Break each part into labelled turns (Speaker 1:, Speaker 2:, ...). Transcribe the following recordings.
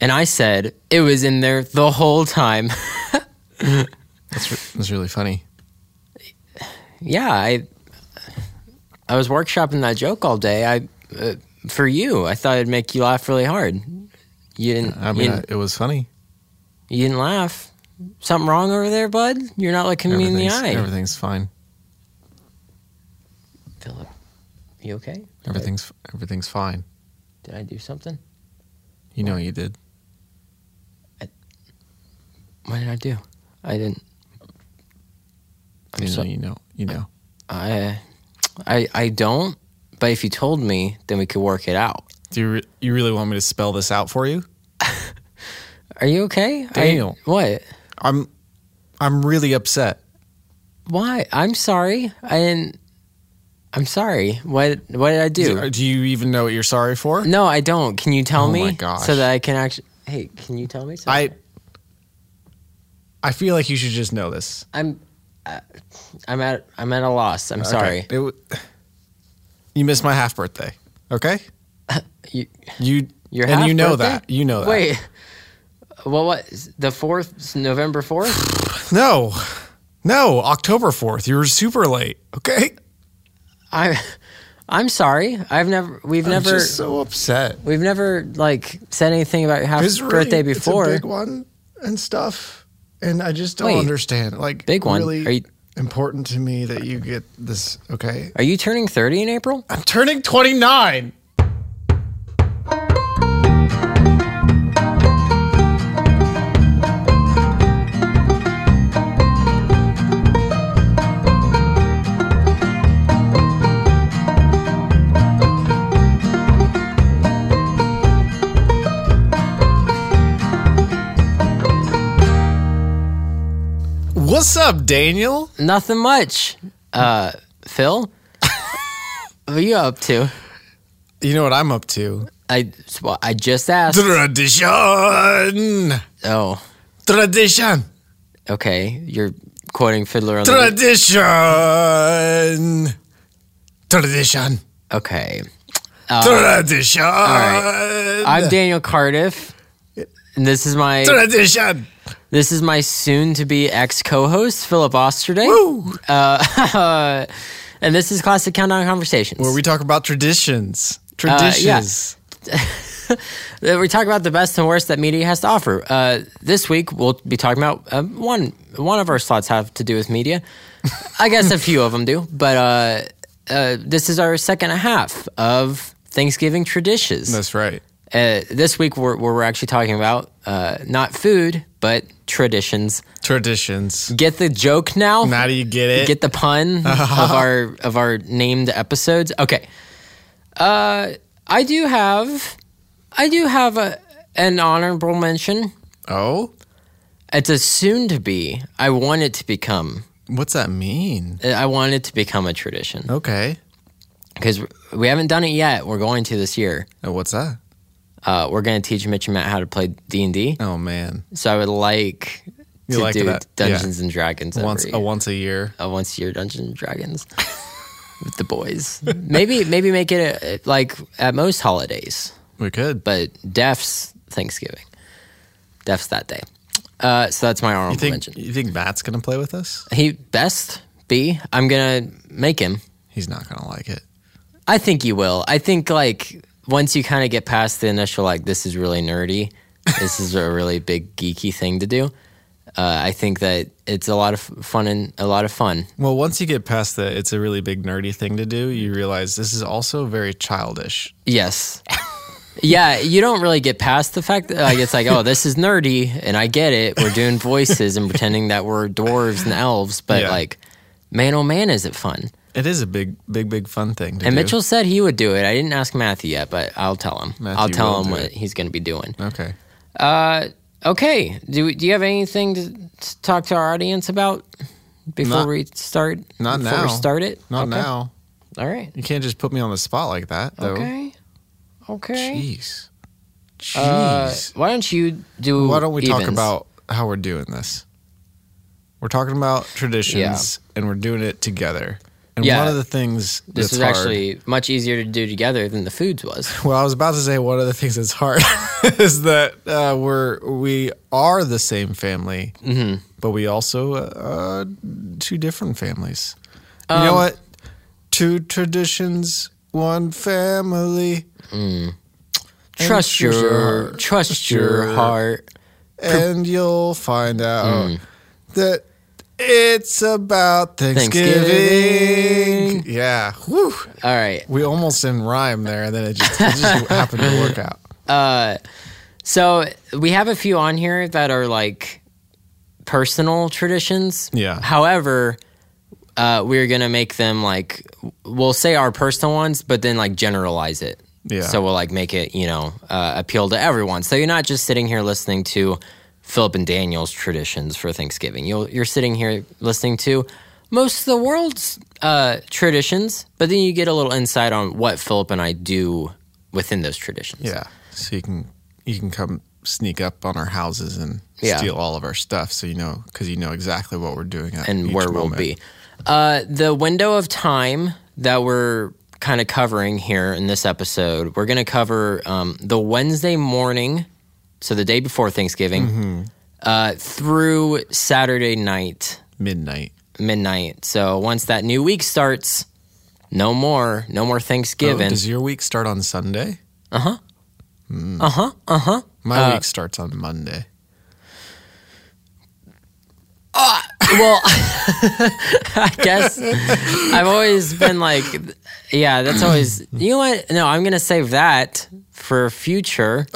Speaker 1: And I said it was in there the whole time.
Speaker 2: That's, re- that's really funny.
Speaker 1: yeah, I I was workshopping that joke all day. I uh, for you, I thought it'd make you laugh really hard. You didn't.
Speaker 2: I
Speaker 1: you
Speaker 2: mean,
Speaker 1: didn't-
Speaker 2: I- it was funny.
Speaker 1: You didn't laugh. Something wrong over there, bud? You're not looking me in the
Speaker 2: Everything's-
Speaker 1: eye.
Speaker 2: Everything's fine.
Speaker 1: Philip, you okay? Did I-
Speaker 2: Everything's everything's fine.
Speaker 1: Did I do something?
Speaker 2: You know you did.
Speaker 1: What did I do? I didn't. I'm
Speaker 2: You know
Speaker 1: so-
Speaker 2: you know you know.
Speaker 1: I, I, I don't. But if you told me, then we could work it out.
Speaker 2: Do you re- you really want me to spell this out for you?
Speaker 1: Are you okay? I-
Speaker 2: Daniel.
Speaker 1: what?
Speaker 2: I'm I'm really upset.
Speaker 1: Why? I'm sorry. I didn't. I'm sorry. What? What did I do?
Speaker 2: Do, do you even know what you're sorry for?
Speaker 1: no, I don't. Can you tell
Speaker 2: Oh
Speaker 1: me?
Speaker 2: my gosh.
Speaker 1: So that I can actually. Hey, can you tell me? So
Speaker 2: I I feel like you should just know this.
Speaker 1: I'm. Uh, I'm at. I'm at a loss. I'm sorry.
Speaker 2: Okay. It w- you missed my half birthday. Okay?
Speaker 1: You,
Speaker 2: You
Speaker 1: Your
Speaker 2: and you know
Speaker 1: half-birthday?
Speaker 2: that. You know that.
Speaker 1: Wait. Well, what? The fourth, November fourth.
Speaker 2: No. No, October 4th. You were super late. Okay?
Speaker 1: I, I'm sorry. I've never. We've
Speaker 2: I'm
Speaker 1: never.
Speaker 2: just so upset.
Speaker 1: we've never like said anything about your half
Speaker 2: It's really-
Speaker 1: birthday before.
Speaker 2: It's a big one and stuff. And I just don't
Speaker 1: Wait.
Speaker 2: understand. Like
Speaker 1: Big one?
Speaker 2: Really
Speaker 1: Are you-
Speaker 2: important to me that you get this. Okay,
Speaker 1: Are you turning thirty in April?
Speaker 2: I'm turning 29. What's up, Daniel?
Speaker 1: Nothing much. Uh, Phil, what are you up to?
Speaker 2: You know what I'm up to?
Speaker 1: I well, I just asked.
Speaker 2: Tradition.
Speaker 1: Oh,
Speaker 2: Tradition.
Speaker 1: okay. You're quoting Fiddler on the Roof.
Speaker 2: Tradition. Tradition.
Speaker 1: Okay.
Speaker 2: Uh, Tradition.
Speaker 1: I'm Daniel Cardiff, and this is my
Speaker 2: Tradition.
Speaker 1: This is my soon to be ex co host, Philip Osterday.
Speaker 2: Woo!
Speaker 1: Uh, and this is Classic Countdown Conversations.
Speaker 2: Where we talk about traditions. Traditions.
Speaker 1: Uh, we talk about the best and worst that media has to offer. Uh, this week, we'll be talking about um, one one of our slots have to do with media. I guess a few of them do, but uh, uh, this is our second half of Thanksgiving traditions.
Speaker 2: That's right.
Speaker 1: Uh, this week, we're, we're actually talking about uh, not food, but traditions.
Speaker 2: Traditions.
Speaker 1: Get the joke now?
Speaker 2: Now do you get it?
Speaker 1: get the pun of our of our named episodes. Okay. Uh I do have I do have a an honorable mention.
Speaker 2: oh,
Speaker 1: It's a soon to be. I want it to become
Speaker 2: what's that mean?
Speaker 1: I want it to become a tradition
Speaker 2: Okay.
Speaker 1: because we haven't done it yet. We're going to this year.
Speaker 2: Uh, What's that?
Speaker 1: Uh, we're going to teach Mitch and Matt how to play D and D.
Speaker 2: Oh man.
Speaker 1: So I would like
Speaker 2: You
Speaker 1: to
Speaker 2: like
Speaker 1: do
Speaker 2: that, yeah.
Speaker 1: Dungeons and Dragons
Speaker 2: Once
Speaker 1: every
Speaker 2: a once a year.
Speaker 1: a once a year Dungeons and Dragons with the boys. Maybe maybe make it uh, like at most holidays,
Speaker 2: We could.
Speaker 1: but Def's Thanksgiving, Def's that day. Uh, so that's my honorable
Speaker 2: you think
Speaker 1: mention.
Speaker 2: you think Matt's gonna play with us?
Speaker 1: He best be. I'm gonna make him.
Speaker 2: He's not gonna like it.
Speaker 1: I think you will. I think like once you kind of get past the initial like this is really nerdy, this is a really big geeky thing to do. Uh, I think that it's a lot of fun and a lot of fun.
Speaker 2: Well, once you get past the it's a really big nerdy thing to do, you realize this is also very childish.
Speaker 1: Yes. yeah, you don't really get past the fact that like it's like, oh, this is nerdy, and I get it. We're doing voices and pretending that we're dwarves and elves, but
Speaker 2: Yeah.
Speaker 1: like, man, oh man, is it fun?
Speaker 2: It is a big, big, big fun thing to
Speaker 1: And
Speaker 2: do.
Speaker 1: Mitchell said he would do it. I didn't ask Matthew yet, but I'll tell him. I'll
Speaker 2: Matthew
Speaker 1: tell
Speaker 2: will
Speaker 1: him
Speaker 2: do
Speaker 1: what
Speaker 2: it.
Speaker 1: he's going to be doing.
Speaker 2: Okay.
Speaker 1: Okay. Do we- do you have anything to to talk to our audience about before
Speaker 2: Not-
Speaker 1: we start?
Speaker 2: Not
Speaker 1: before we
Speaker 2: now.
Speaker 1: start it.
Speaker 2: Not
Speaker 1: Okay.
Speaker 2: now.
Speaker 1: All right.
Speaker 2: You can't just put me on the spot like that, though.
Speaker 1: Okay. Okay.
Speaker 2: Jeez.
Speaker 1: Uh,
Speaker 2: Jeez.
Speaker 1: why don't you do?
Speaker 2: Why don't we talk
Speaker 1: evens?
Speaker 2: about how we're doing this? We're talking about traditions and we're doing it together. And
Speaker 1: Yeah.
Speaker 2: one of the things
Speaker 1: This
Speaker 2: that's
Speaker 1: was
Speaker 2: hard-
Speaker 1: actually much easier to do together than the foods was.
Speaker 2: well, I was about to say one of the things that's hard is that uh, we're we are the same family, but we also uh, two different families. you know what? Two traditions, one family,
Speaker 1: Trust
Speaker 2: Trust your
Speaker 1: your
Speaker 2: heart.
Speaker 1: trust your
Speaker 2: Sure.
Speaker 1: heart.
Speaker 2: and you'll find out that it's about Thanksgiving.
Speaker 1: Thanksgiving.
Speaker 2: Yeah, Whew.
Speaker 1: All right.
Speaker 2: we almost in rhyme there, and then it just, it just happened to work out.
Speaker 1: So we have a few on here that are like personal traditions.
Speaker 2: Yeah.
Speaker 1: However, uh, we're gonna make them like we'll say our personal ones, but then like generalize it.
Speaker 2: Yeah.
Speaker 1: So we'll like make it you know uh, appeal to everyone. So you're not just sitting here listening to Philip and Daniel's traditions for Thanksgiving. You'll, you're sitting here listening to most of the world's uh, traditions, but then you get a little insight on what Philip and I do within those traditions.
Speaker 2: Yeah. So you can you can come sneak up on our houses and
Speaker 1: Yeah.
Speaker 2: steal all of our stuff, so you know because you know exactly what we're doing at
Speaker 1: and
Speaker 2: each
Speaker 1: where
Speaker 2: moment.
Speaker 1: we'll be. Uh, the window of time that we're kind of covering here in this episode, we're going to cover um, the Wednesday morning, so the day before Thanksgiving,
Speaker 2: Mm-hmm.
Speaker 1: uh, through Saturday night,
Speaker 2: midnight.
Speaker 1: midnight. So once that new week starts, no more, no more Thanksgiving.
Speaker 2: Oh, does your week start on Sunday?
Speaker 1: Uh-huh,
Speaker 2: Uh huh. Uh huh. Uh huh. My week starts on Monday.
Speaker 1: well, I guess I've always been like, yeah, that's always, you know what? No, I'm going to save that for future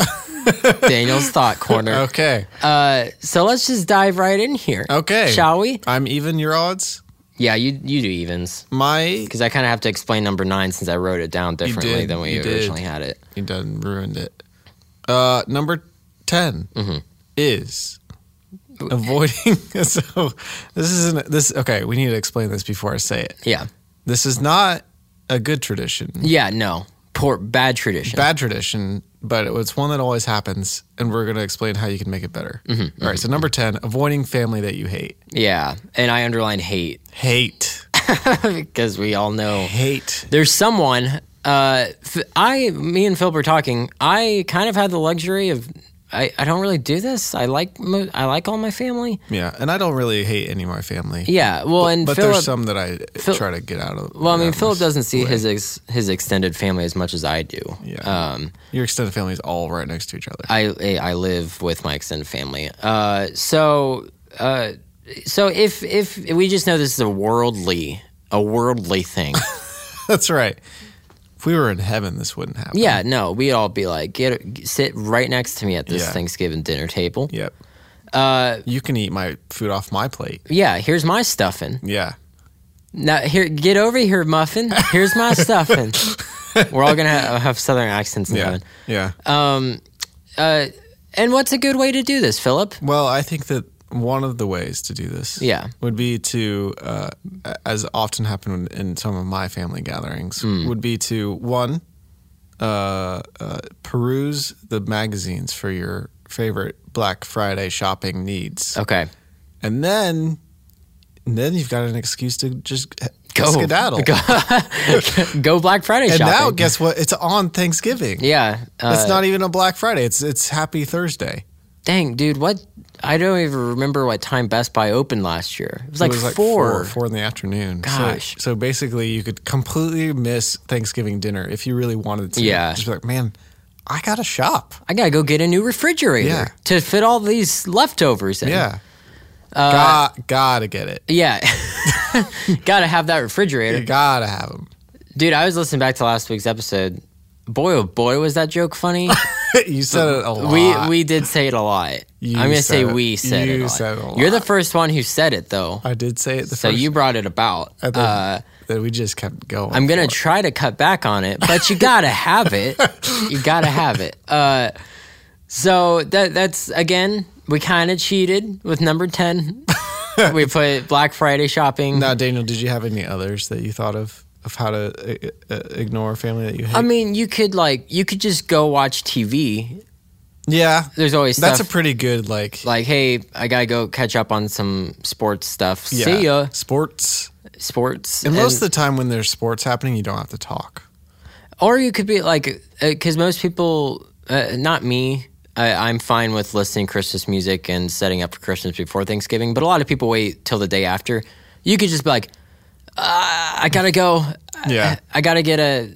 Speaker 1: Daniel's Thought Corner.
Speaker 2: Okay.
Speaker 1: Uh, so let's just dive right in here.
Speaker 2: Okay.
Speaker 1: Shall we?
Speaker 2: I'm even your odds.
Speaker 1: Yeah, you, you do evens.
Speaker 2: My
Speaker 1: Because I kind of have to explain number nine since I wrote it down differently
Speaker 2: did,
Speaker 1: than we
Speaker 2: you did.
Speaker 1: originally had it.
Speaker 2: you done ruined it. Uh, number 10
Speaker 1: Mm-hmm.
Speaker 2: is avoiding. so this isn't this. Okay, we need to explain this before I say it.
Speaker 1: Yeah.
Speaker 2: This is not a good tradition.
Speaker 1: Yeah, no. Poor, bad tradition.
Speaker 2: bad tradition, but it's one that always happens, and we're going to explain how you can make it better.
Speaker 1: Mm-hmm,
Speaker 2: All right, so number 10, avoiding family that you hate.
Speaker 1: yeah. And I underlined hate
Speaker 2: Hate.
Speaker 1: because we all know.
Speaker 2: Hate.
Speaker 1: there's someone uh f- i me and phil were talking i kind of had the luxury of i, I don't really do this i like mo- i like all my family
Speaker 2: Yeah, and I don't really hate any of my family.
Speaker 1: yeah well and
Speaker 2: but
Speaker 1: philip
Speaker 2: there's some that I
Speaker 1: Phil-
Speaker 2: try to get out of.
Speaker 1: well i mean
Speaker 2: um,
Speaker 1: philip doesn't see his ex, his extended family as much as i do
Speaker 2: Yeah.
Speaker 1: um
Speaker 2: Your extended family is all right next to each other.
Speaker 1: I I live with my extended family. Uh, so uh, so if if we just know this is a worldly a worldly thing.
Speaker 2: That's right. If we were in heaven, this wouldn't happen.
Speaker 1: yeah, no, we'd all be like, get sit right next to me at this
Speaker 2: Yeah.
Speaker 1: Thanksgiving dinner table.
Speaker 2: Yep. Uh, you can eat my food off my plate.
Speaker 1: yeah, here's my stuffing.
Speaker 2: Yeah.
Speaker 1: Now here, get over here, muffin. Here's my stuffing. We're all gonna have, have southern accents in
Speaker 2: Yeah.
Speaker 1: heaven.
Speaker 2: Yeah.
Speaker 1: Uh, and what's a good way to do this, Philip?
Speaker 2: Well, I think that one of the ways to do this,
Speaker 1: Yeah.
Speaker 2: would be to, uh, as often happened in some of my family gatherings,
Speaker 1: Hmm.
Speaker 2: would be to one, uh, uh, peruse the magazines for your favorite Black Friday shopping needs,
Speaker 1: Okay,
Speaker 2: and then, and then you've got an excuse to just
Speaker 1: Go.
Speaker 2: skedaddle.
Speaker 1: Go go Black Friday
Speaker 2: And
Speaker 1: shopping.
Speaker 2: now, guess what? It's on Thanksgiving.
Speaker 1: yeah, uh,
Speaker 2: It's not even a Black Friday. It's it's Happy Thursday.
Speaker 1: dang, dude, what? I don't even remember what time Best Buy opened last year. It was like,
Speaker 2: it was like
Speaker 1: four.
Speaker 2: four, four in the afternoon. So-
Speaker 1: Gosh.
Speaker 2: So, basically, you could completely miss Thanksgiving dinner if you really wanted to.
Speaker 1: Yeah.
Speaker 2: Just be like, man, I got to shop.
Speaker 1: I gotta go get a new refrigerator
Speaker 2: Yeah.
Speaker 1: to fit all these leftovers in.
Speaker 2: Yeah.
Speaker 1: uh,
Speaker 2: got gotta get it.
Speaker 1: yeah. gotta have that refrigerator.
Speaker 2: You gotta have them.
Speaker 1: Dude, I was listening back to last week's episode. Boy, oh boy, was that joke funny.
Speaker 2: you said it a lot.
Speaker 1: we we did say it a lot.
Speaker 2: You
Speaker 1: I'm gonna say
Speaker 2: said it-
Speaker 1: we said it. a
Speaker 2: you
Speaker 1: lot.
Speaker 2: said it a
Speaker 1: You're the
Speaker 2: lot.
Speaker 1: first one who said it though,
Speaker 2: I did say it the
Speaker 1: so
Speaker 2: first.
Speaker 1: you brought it about.
Speaker 2: and then-
Speaker 1: Uh,
Speaker 2: then we just kept going.
Speaker 1: I'm gonna
Speaker 2: for it.
Speaker 1: try to cut back on it, but you gotta have it. You gotta have it. Uh, so that that's again, we kind of cheated with number ten. we put Black Friday shopping.
Speaker 2: now, Daniel, did you have any others that you thought of of how to
Speaker 1: Um,
Speaker 2: uh, uh, ignore family that you hate?
Speaker 1: I mean, you could like you could just go watch TV
Speaker 2: Yeah.
Speaker 1: There's always stuff
Speaker 2: That's a pretty good, like,
Speaker 1: like, hey, I gotta go catch up on some sports stuff.
Speaker 2: yeah,
Speaker 1: See ya,
Speaker 2: sports.
Speaker 1: sports.
Speaker 2: And, most of
Speaker 1: And-
Speaker 2: the time when there's sports happening, you don't have to talk.
Speaker 1: or you could be like, because most people, uh, not me. I, I'm fine with listening to Christmas music and setting up for Christmas before Thanksgiving, but a lot of people wait till the day after. You could just be like, uh, I gotta go.
Speaker 2: Yeah.
Speaker 1: I gotta get a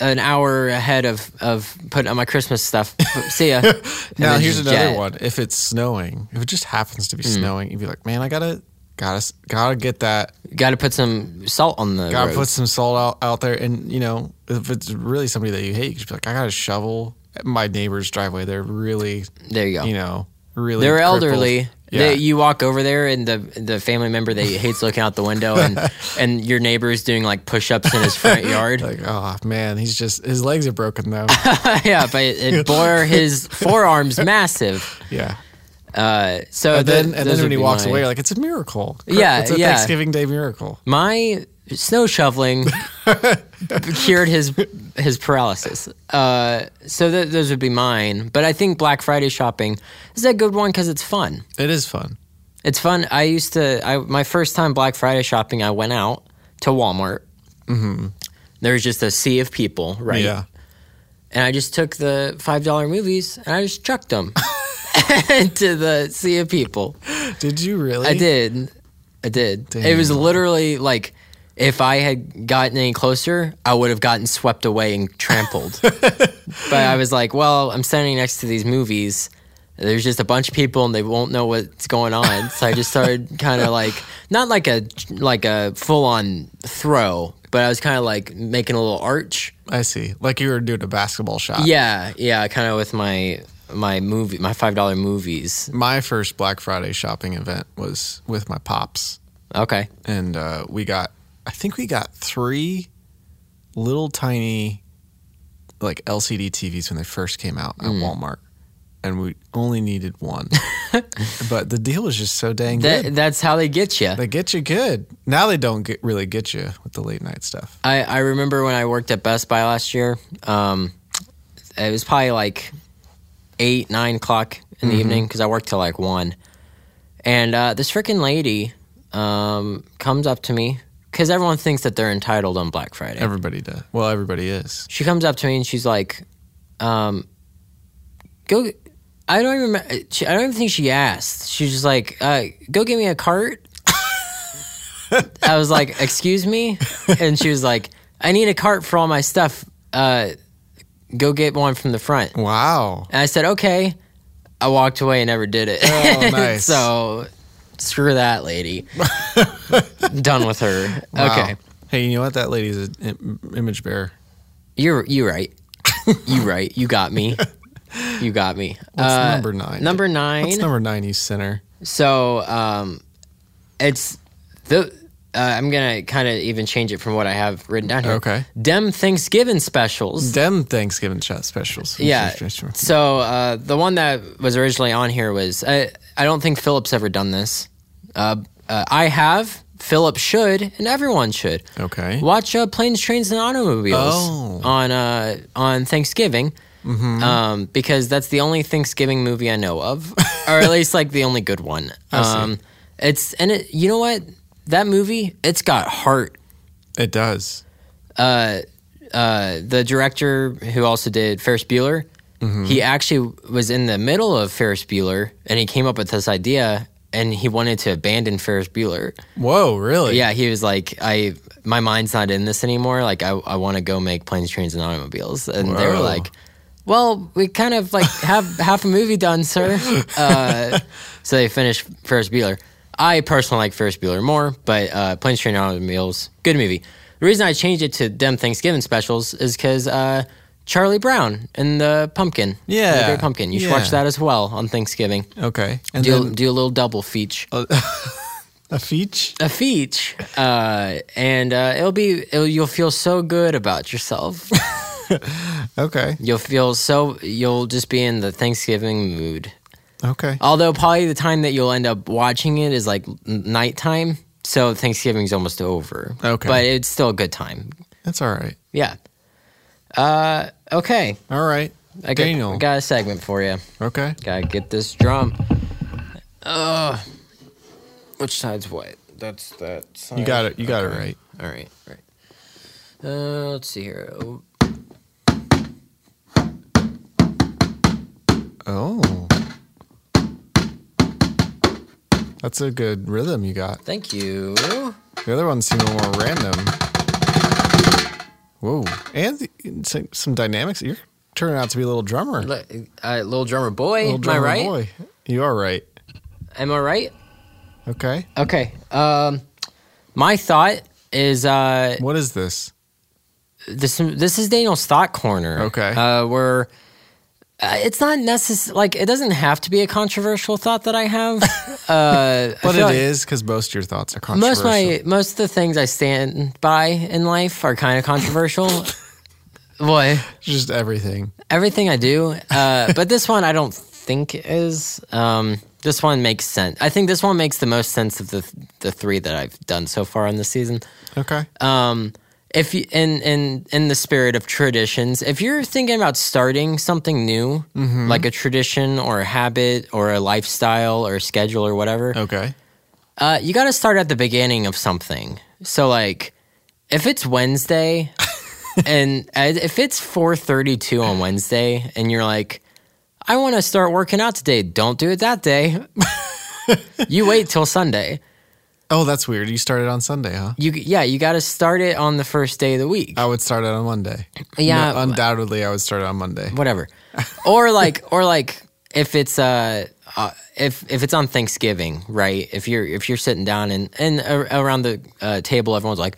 Speaker 1: an hour ahead of of putting on my Christmas stuff. See ya. And
Speaker 2: Now
Speaker 1: then Hmm.
Speaker 2: here's
Speaker 1: just
Speaker 2: another
Speaker 1: jet.
Speaker 2: one. If it's snowing, if it just happens to be snowing, you'd be like, man, I gotta, gotta, gotta get that.
Speaker 1: Got to put some salt on the.
Speaker 2: Gotta
Speaker 1: roads.
Speaker 2: put some salt out, out there. And you know, if it's really somebody that you hate, you could be like, I gotta shovel my neighbor's driveway. They're really,
Speaker 1: There you go.
Speaker 2: you know, really.
Speaker 1: They're
Speaker 2: crippled.
Speaker 1: elderly.
Speaker 2: Yeah.
Speaker 1: They, you walk over there, and the the family member that hates looking out the window, and and your neighbor is doing like push ups in his front yard.
Speaker 2: like, oh man, he's just his legs are broken though.
Speaker 1: yeah, but it, it bore his forearms massive.
Speaker 2: yeah.
Speaker 1: Uh, so
Speaker 2: And
Speaker 1: the-
Speaker 2: then and
Speaker 1: those
Speaker 2: then when
Speaker 1: would
Speaker 2: he
Speaker 1: be
Speaker 2: walks
Speaker 1: my-
Speaker 2: away, like it's a miracle.
Speaker 1: Yeah,
Speaker 2: It's a
Speaker 1: yeah.
Speaker 2: Thanksgiving Day miracle.
Speaker 1: my snow shoveling cured his his paralysis. Uh, so th- those would be mine. But I think Black Friday shopping is a good one because it's fun.
Speaker 2: It is fun.
Speaker 1: It's fun. I used to. I my first time Black Friday shopping, I went out to Walmart. Mm-hmm. There was just a sea of people, right?
Speaker 2: Yeah.
Speaker 1: And I just took the five dollar movies and I just chucked them into the sea of people.
Speaker 2: Did you really?
Speaker 1: I did. I did. It was
Speaker 2: Damn.
Speaker 1: literally like if I had gotten any closer, I would have gotten swept away and trampled. but I was like, well, I'm standing next to these movies. There's just a bunch of people and they won't know what's going on. So I just started kind of like not like a like a full on throw, but I was kind of like making a little arch.
Speaker 2: I see. Like you were doing a basketball shot.
Speaker 1: Yeah, yeah, kind of with my my movie, my five dollar movies.
Speaker 2: My first Black Friday shopping event was with my pops,
Speaker 1: Okay,
Speaker 2: and uh, we got. I think we got three little tiny, like LCD TVs when they first came out
Speaker 1: Hmm.
Speaker 2: at Walmart, and we only needed one. but the deal was just so dang good.
Speaker 1: that, that's how they get you.
Speaker 2: They get you good. Now they don't get, really get you with the late night stuff.
Speaker 1: I, I remember when I worked at Best Buy last year. Um, it was probably like eight, nine o'clock in the evening because I worked till like one. And uh, this freaking lady um, comes up to me because everyone thinks that they're entitled on Black Friday.
Speaker 2: Everybody does. Well, everybody is.
Speaker 1: she comes up to me and she's like, um, "Go." I don't even. remem- She, I don't even think she asked. She's just like, uh, "Go get me a cart." I was like, "Excuse me," and she was like, "I need a cart for all my stuff. Uh, go get one from the front."
Speaker 2: Wow.
Speaker 1: And I said, "Okay." I walked away and never did it.
Speaker 2: Oh, nice.
Speaker 1: so screw that lady. Done with her.
Speaker 2: Wow.
Speaker 1: Okay,
Speaker 2: Hey, you know what? That lady's an im- image bearer.
Speaker 1: you're you right. you right. You got me. You got me.
Speaker 2: What's
Speaker 1: Uh,
Speaker 2: number nine?
Speaker 1: Number nine.
Speaker 2: What's number nine, you sinner?
Speaker 1: So um, it's the. Uh, I'm gonna kind of even change it from what I have written down here.
Speaker 2: Okay.
Speaker 1: Dem Thanksgiving specials.
Speaker 2: Dem Thanksgiving chat specials.
Speaker 1: yeah. So uh, the one that was originally on here was I. I don't think Philip's ever done this. Uh, uh, I have. Philip should, and everyone should.
Speaker 2: Okay.
Speaker 1: Watch uh, planes, trains, and automobiles
Speaker 2: Eh? Oh.
Speaker 1: on uh, on Thanksgiving, um, because that's the only Thanksgiving movie I know of, or at least like the only good one. Um, it's and it, you know what that movie it's got heart.
Speaker 2: It does.
Speaker 1: Uh, uh, the director who also did Ferris Bueller, he actually was in the middle of Ferris Bueller, and he came up with this idea, and he wanted to abandon Ferris Bueller.
Speaker 2: Whoa, really?
Speaker 1: Yeah, he was like, I my mind's not in this anymore. Like, I, I want to go make planes, trains, and automobiles. And they were
Speaker 2: Whoa.
Speaker 1: like, Well, we kind of like have half a movie done, sir. Uh, so they finished Ferris Bueller. I personally like Ferris Bueller more, but uh, planes, trains, and automobiles, good movie. The reason I changed it to them Thanksgiving specials is because uh, Charlie Brown and the Pumpkin, and the
Speaker 2: Yeah.
Speaker 1: Great Pumpkin. You should watch
Speaker 2: Yeah.
Speaker 1: that as well on Thanksgiving.
Speaker 2: Okay. And
Speaker 1: Do
Speaker 2: then
Speaker 1: do a little double feature.
Speaker 2: a feature.
Speaker 1: a feat, uh, and uh, it'll be it'll, you'll feel so good about yourself.
Speaker 2: Okay.
Speaker 1: you'll feel so you'll just be in the Thanksgiving mood.
Speaker 2: Okay.
Speaker 1: Although probably the time that you'll end up watching it is like n- nighttime, so Thanksgiving's almost over.
Speaker 2: Okay.
Speaker 1: but it's still a good time.
Speaker 2: That's all right.
Speaker 1: Yeah. Uh, okay.
Speaker 2: All right.
Speaker 1: I got,
Speaker 2: Daniel.
Speaker 1: I got a segment for you.
Speaker 2: Okay.
Speaker 1: Gotta get this drum. Ugh. Which side's what? That's that side.
Speaker 2: You got it. You got it right.
Speaker 1: All right, right. Uh, let's see here. Oh,
Speaker 2: Oh. That's a good rhythm you got.
Speaker 1: thank you.
Speaker 2: The other ones seem a little more random. Whoa. And the, some, some dynamics. You're turning out to be a little drummer.
Speaker 1: Li- Uh, little drummer boy,
Speaker 2: Little
Speaker 1: am
Speaker 2: drummer
Speaker 1: I right?
Speaker 2: boy. You are right.
Speaker 1: Am I right?
Speaker 2: Okay.
Speaker 1: Okay. Um, my thought is uh,
Speaker 2: What is this?
Speaker 1: this. This is Daniel's thought corner.
Speaker 2: Okay.
Speaker 1: Uh, where uh, it's not necessary. Like it doesn't have to be a controversial thought that I have. uh,
Speaker 2: But
Speaker 1: it is.
Speaker 2: it is because most of your thoughts are
Speaker 1: most
Speaker 2: controversial.
Speaker 1: of my most of the things I stand by in life are kind of controversial. Boy,
Speaker 2: Just everything.
Speaker 1: everything I do, uh, but this one I don't think is. Um, this one makes sense. I think this one makes the most sense of the the three that I've done so far on this season.
Speaker 2: Okay.
Speaker 1: Um, if you, in in in the spirit of traditions, if you're thinking about starting something new, like a tradition or a habit or a lifestyle or a schedule or whatever,
Speaker 2: okay.
Speaker 1: uh, you got to start at the beginning of something. So like, if it's Wednesday, and and if it's four thirty-two on Wednesday, and you're like, I want to start working out today. Don't do it that day. you wait till Sunday.
Speaker 2: Oh, that's weird. You started on Sunday, huh?
Speaker 1: You yeah, you got to start it on the first day of the week.
Speaker 2: I would start it on Monday.
Speaker 1: Yeah.
Speaker 2: No, undoubtedly, I would start it on Monday.
Speaker 1: whatever. or like or like if it's uh, uh if if it's on Thanksgiving, right? If you're if you're sitting down and and a- around the uh, table, everyone's like,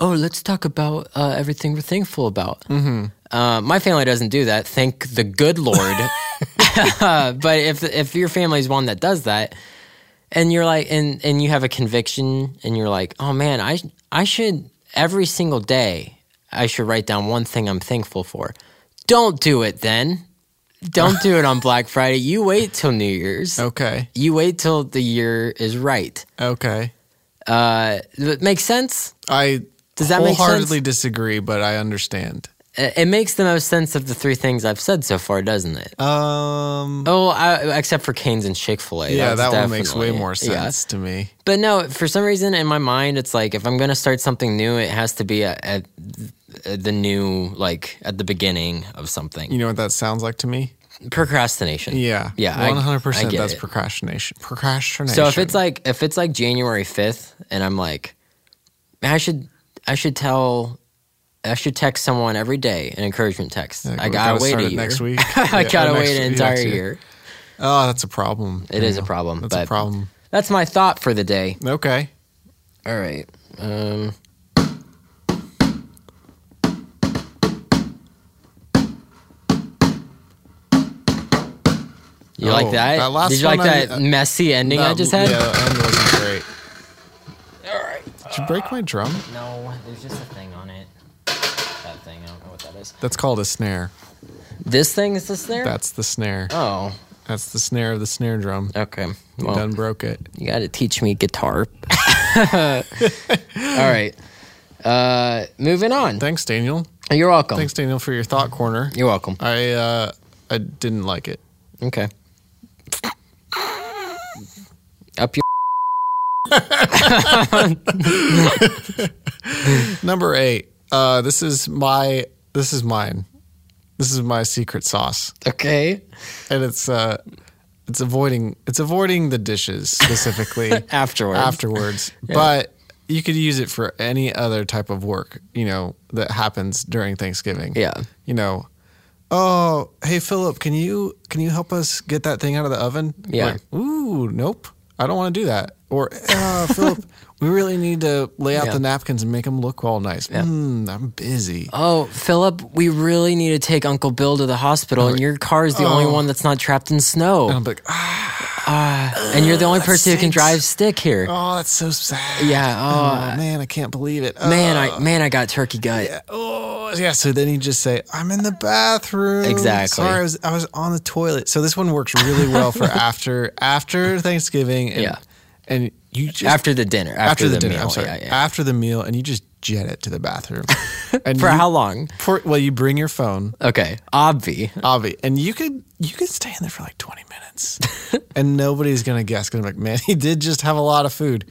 Speaker 1: "Oh, let's talk about uh, everything we're thankful about." Mm-hmm. Uh, my family doesn't do that. Thank the good Lord. Uh, but if if your family's one that does that, and you're like and and you have a conviction and you're like oh man i i should every single day i should write down one thing i'm thankful for don't do it then don't do it on black friday you wait till new year's
Speaker 2: Okay.
Speaker 1: you wait till the year is right
Speaker 2: Okay.
Speaker 1: uh does it make sense
Speaker 2: I
Speaker 1: Does that make sense?
Speaker 2: wholeheartedly disagree, but I understand.
Speaker 1: Uh, it makes the most sense of the three things i've said so far doesn't it
Speaker 2: Um,
Speaker 1: oh I, except for canes and chick-fil-a
Speaker 2: yeah,
Speaker 1: That's
Speaker 2: that one makes way
Speaker 1: definitely-
Speaker 2: more
Speaker 1: yeah.
Speaker 2: sense to me.
Speaker 1: But no, for some reason in my mind, it's like if I'm gonna start something new, it has to be at, at at the new, like at the beginning of something.
Speaker 2: You know what that sounds like to me?
Speaker 1: Procrastination.
Speaker 2: Yeah.
Speaker 1: Yeah, I-
Speaker 2: One hundred
Speaker 1: I
Speaker 2: percent.
Speaker 1: get
Speaker 2: That's
Speaker 1: it.
Speaker 2: procrastination. Procrastination.
Speaker 1: So if it's like if it's like January fifth, and I'm like, "Man, I should I should tell. I should text someone every day an encouragement text.
Speaker 2: Like,
Speaker 1: I
Speaker 2: we
Speaker 1: gotta, wait
Speaker 2: start
Speaker 1: a
Speaker 2: it
Speaker 1: year.
Speaker 2: next week.
Speaker 1: I
Speaker 2: Yeah,
Speaker 1: gotta
Speaker 2: or next-
Speaker 1: wait an
Speaker 2: yeah,
Speaker 1: entire
Speaker 2: next
Speaker 1: year.
Speaker 2: Oh, that's a problem.
Speaker 1: It is a
Speaker 2: Daniel.
Speaker 1: problem,
Speaker 2: That's a
Speaker 1: but-
Speaker 2: problem.
Speaker 1: That's my thought for the day.
Speaker 2: Okay.
Speaker 1: All right. Um, you like
Speaker 2: Oh,
Speaker 1: that?
Speaker 2: that last
Speaker 1: Did you like
Speaker 2: one I-
Speaker 1: that messy ending I
Speaker 2: That-
Speaker 1: just had?
Speaker 2: Yeah, that one wasn't great.
Speaker 1: All right.
Speaker 2: Did you break my drum?
Speaker 1: No, there's just a thing on it. That thing. I don't know what that is.
Speaker 2: That's called a snare.
Speaker 1: This thing is the snare.
Speaker 2: That's the snare.
Speaker 1: oh.
Speaker 2: That's the snare of the snare drum.
Speaker 1: Okay.
Speaker 2: You
Speaker 1: Uh, Well,
Speaker 2: Done broke it.
Speaker 1: you got to teach me guitar. All right. Uh, moving on.
Speaker 2: Thanks, Daniel.
Speaker 1: You're welcome.
Speaker 2: Thanks, Daniel, for your thought corner.
Speaker 1: You're welcome.
Speaker 2: I uh, I didn't like it.
Speaker 1: Okay. Up your.
Speaker 2: Number eight. Uh, this is my. This is mine. This is my secret sauce,
Speaker 1: Okay.
Speaker 2: and it's uh, it's avoiding it's avoiding the dishes specifically
Speaker 1: Afterwards.
Speaker 2: afterwards. But you could use it for any other type of work, you know, that happens during Thanksgiving.
Speaker 1: Yeah.
Speaker 2: You know, oh, hey Philip, can you can you help us get that thing out of the oven?
Speaker 1: Yeah.
Speaker 2: Like, Ooh, nope. I don't want to do that. Or uh, Philip, we really need to lay out
Speaker 1: Yeah.
Speaker 2: the napkins and make them look all nice. Mm, I'm busy.
Speaker 1: Oh, Philip, we really need to take Uncle Bill to the hospital, and your car is the
Speaker 2: Oh.
Speaker 1: only one that's not trapped in
Speaker 2: And
Speaker 1: snow,
Speaker 2: I'm like, ah,
Speaker 1: and you're the only person who can
Speaker 2: stinks.
Speaker 1: drive stick here.
Speaker 2: oh, that's so sad.
Speaker 1: Yeah, oh,
Speaker 2: Oh, man, I can't believe it.
Speaker 1: man,
Speaker 2: Uh,
Speaker 1: I man, I got turkey gut.
Speaker 2: oh yeah so then you just say i'm in the bathroom
Speaker 1: Exactly.
Speaker 2: sorry i was, I was on the toilet so this one works really well for after after thanksgiving and,
Speaker 1: Yeah.
Speaker 2: and you just
Speaker 1: After the dinner, after,
Speaker 2: after the, dinner
Speaker 1: meal,
Speaker 2: i'm sorry
Speaker 1: yeah, yeah.
Speaker 2: after the meal and you just jet it to the bathroom. And
Speaker 1: For
Speaker 2: you-
Speaker 1: how long?
Speaker 2: For, well, you bring your phone,
Speaker 1: Okay, obvi.
Speaker 2: Avi, and you could you could stay in there for like twenty minutes, and nobody's gonna guess. Cause I'm like, man, he did just have a lot of food.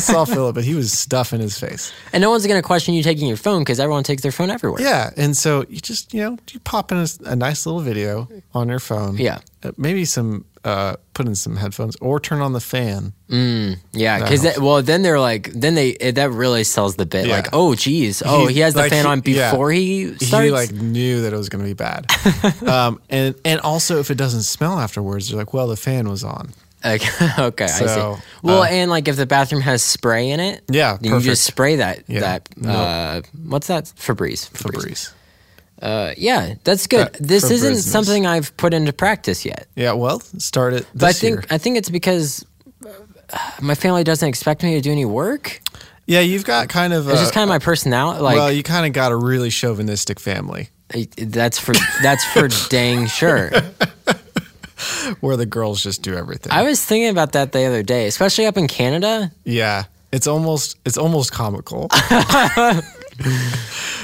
Speaker 2: saw Philip, but he was stuffing his face.
Speaker 1: And no one's gonna question you taking your phone because everyone takes their phone everywhere.
Speaker 2: Yeah, and so you just you know you pop in a, a nice little video on your phone.
Speaker 1: Yeah.
Speaker 2: Uh, maybe some uh, put in some headphones or turn on the fan.
Speaker 1: Mm, Yeah, because well, then they're like, then they it, that really sells the bit.
Speaker 2: Yeah.
Speaker 1: Like, oh, geez, oh, he, has the
Speaker 2: like,
Speaker 1: fan
Speaker 2: he-
Speaker 1: on
Speaker 2: yeah.
Speaker 1: before he starts.
Speaker 2: He like knew that it was going to be bad. um, and and also if it doesn't smell afterwards, you're like, well, the fan was on.
Speaker 1: okay, okay, I
Speaker 2: So, uh,
Speaker 1: see. Well, and like if the bathroom has spray in it,
Speaker 2: Yeah,
Speaker 1: then you just
Speaker 2: perfect.
Speaker 1: spray that
Speaker 2: Yeah,
Speaker 1: that
Speaker 2: no.
Speaker 1: uh, what's that Febreze.
Speaker 2: Febreze.
Speaker 1: Uh, yeah, that's good.
Speaker 2: That-
Speaker 1: this
Speaker 2: for
Speaker 1: isn't
Speaker 2: business.
Speaker 1: something I've put into practice yet.
Speaker 2: Yeah, well, start it this
Speaker 1: But I think
Speaker 2: year.
Speaker 1: I think it's because uh, my family doesn't expect me to do any work.
Speaker 2: Yeah, you've got kind of a,
Speaker 1: It's just kind of my personality. Like
Speaker 2: Uh, well, you kind of got a really chauvinistic family
Speaker 1: that's for that's for dang sure.
Speaker 2: where the girls just do everything.
Speaker 1: I was thinking about that the other day, especially up in Canada.
Speaker 2: yeah, it's almost it's almost comical.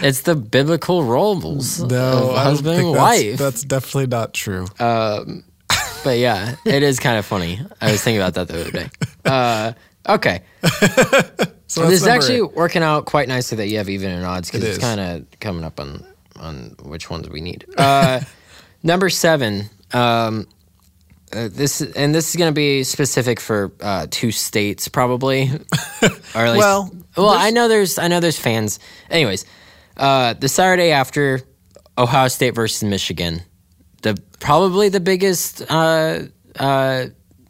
Speaker 1: It's the biblical roles
Speaker 2: No,
Speaker 1: of
Speaker 2: I don't
Speaker 1: husband and
Speaker 2: think
Speaker 1: wife.
Speaker 2: That's, that's definitely not true.
Speaker 1: But yeah, it is kind of funny. I was thinking about that the other day. Uh, okay,
Speaker 2: so that's
Speaker 1: this is
Speaker 2: number
Speaker 1: actually
Speaker 2: eight.
Speaker 1: working out quite nicely that you have even and odds because
Speaker 2: It
Speaker 1: it's
Speaker 2: is.
Speaker 1: kind of coming up on on which ones we need. Uh, number seven. Um, uh, this and this is going to be specific for uh, two states probably, or at least.
Speaker 2: Well,
Speaker 1: well, I know there's I know there's fans. Anyways, uh, the Saturday after Ohio State versus Michigan, the probably the biggest uh, uh,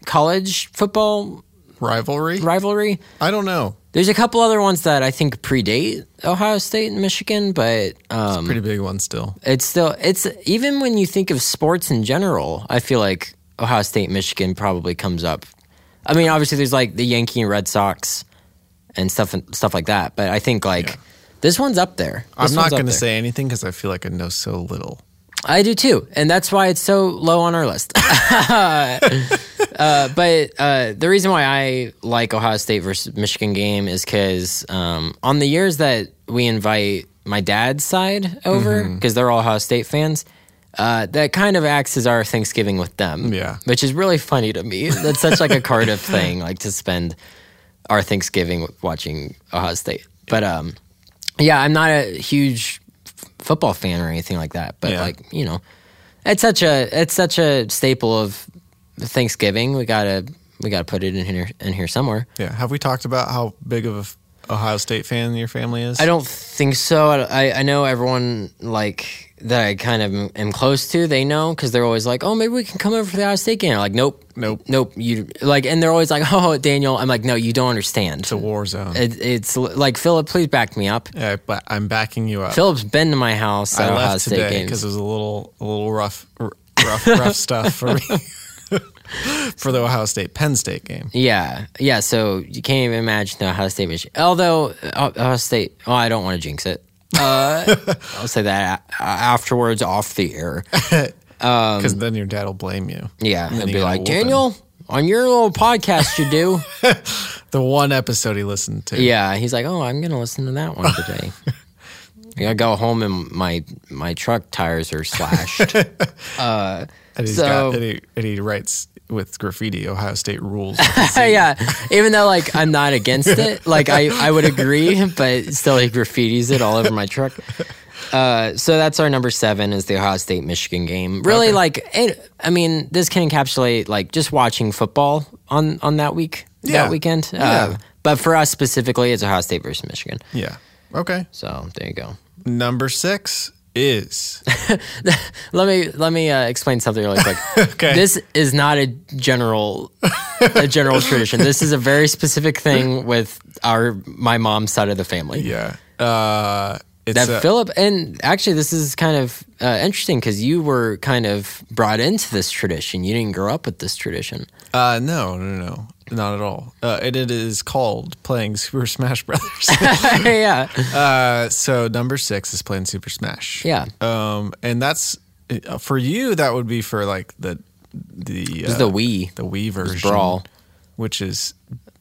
Speaker 1: college football
Speaker 2: rivalry.
Speaker 1: rivalry.
Speaker 2: I don't know.
Speaker 1: There's a couple other ones that I think predate Ohio State and Michigan, but um,
Speaker 2: Pretty big one still.
Speaker 1: it's still it's even when you think of sports in general, I feel like Ohio State Michigan probably comes up. I mean, obviously there's like the Yankee and Red Sox and stuff and stuff like that, but I think like this one's up there. This
Speaker 2: I'm not
Speaker 1: one's up
Speaker 2: going to
Speaker 1: there.
Speaker 2: say anything because I feel like I know so little.
Speaker 1: I do too, and that's why it's so low on our list. uh, but uh, the reason why I like Ohio State versus Michigan game is because um, on the years that we invite my dad's side over, because they're all Ohio State fans, uh, that kind of acts as our Thanksgiving with them.
Speaker 2: Yeah.
Speaker 1: which is really funny to me. That's such like a Cardiff thing, like to spend our Thanksgiving watching Ohio State. But um, yeah, I'm not a huge f- football fan or anything like that. But
Speaker 2: Yeah.
Speaker 1: like you know, it's such a it's such a staple of Thanksgiving. We gotta we gotta put it in here in here somewhere.
Speaker 2: Yeah. Have we talked about how big of a f- Ohio State fan your family is?
Speaker 1: I don't think so. I I know everyone like that I kind of am close to. They know because they're always like, oh, maybe we can come over for the Ohio State game. I'm like, nope,
Speaker 2: Nope.
Speaker 1: nope. You like, and they're always like, oh, Daniel. I'm like, no, you don't understand.
Speaker 2: It's a war zone.
Speaker 1: It, it's l- like Philip, please back me up.
Speaker 2: yeah, but I'm backing you up.
Speaker 1: Philip's been to my house at
Speaker 2: I
Speaker 1: Ohio
Speaker 2: left
Speaker 1: State
Speaker 2: today
Speaker 1: games.
Speaker 2: because it was a little, a little rough, r- rough, rough stuff for me for the Ohio State Penn State game.
Speaker 1: Yeah, yeah. So you can't even imagine the Ohio State Michigan. Although uh, Ohio State, oh, I don't want to jinx it. Uh, I'll say that a- afterwards off the air. Um,
Speaker 2: Because then your dad will blame you.
Speaker 1: Yeah,
Speaker 2: And
Speaker 1: and
Speaker 2: then you
Speaker 1: be
Speaker 2: get a
Speaker 1: like
Speaker 2: whooping.
Speaker 1: Daniel on your little podcast you do.
Speaker 2: The one episode he listened to.
Speaker 1: yeah, he's like, oh, I'm gonna listen to that one today. I gotta go home and my my truck tires are slashed.
Speaker 2: And, he's
Speaker 1: So-
Speaker 2: got, and, he, and he writes with graffiti Ohio State rules.
Speaker 1: yeah, even though like I'm not against it, like I I would agree, but still he graffitis it all over my truck. Uh, so that's our number seven is the Ohio State Michigan game. Really, like it, I mean, this can encapsulate like just watching football on on that week
Speaker 2: Yeah.
Speaker 1: that weekend. Uh,
Speaker 2: Yeah.
Speaker 1: But for us specifically, it's Ohio State versus Michigan.
Speaker 2: yeah. Okay.
Speaker 1: So there you go.
Speaker 2: Number six is
Speaker 1: Let me let me uh, explain something really quick.
Speaker 2: Okay.
Speaker 1: This is not a general a general tradition. This is a very specific thing with our my mom's side of the family.
Speaker 2: yeah. Uh, it's
Speaker 1: That
Speaker 2: a-
Speaker 1: Philip and actually this is kind of uh, interesting because you were kind of brought into this tradition. You didn't grow up with this tradition.
Speaker 2: Uh, no, no, no, not at all. Uh, and it is called playing Super Smash Brothers.
Speaker 1: yeah,
Speaker 2: uh, so number six is playing Super Smash.
Speaker 1: Yeah.
Speaker 2: Um, and that's uh, for you. That would be for like the the uh,
Speaker 1: the Wii.
Speaker 2: the Wii version
Speaker 1: Brawl.
Speaker 2: which is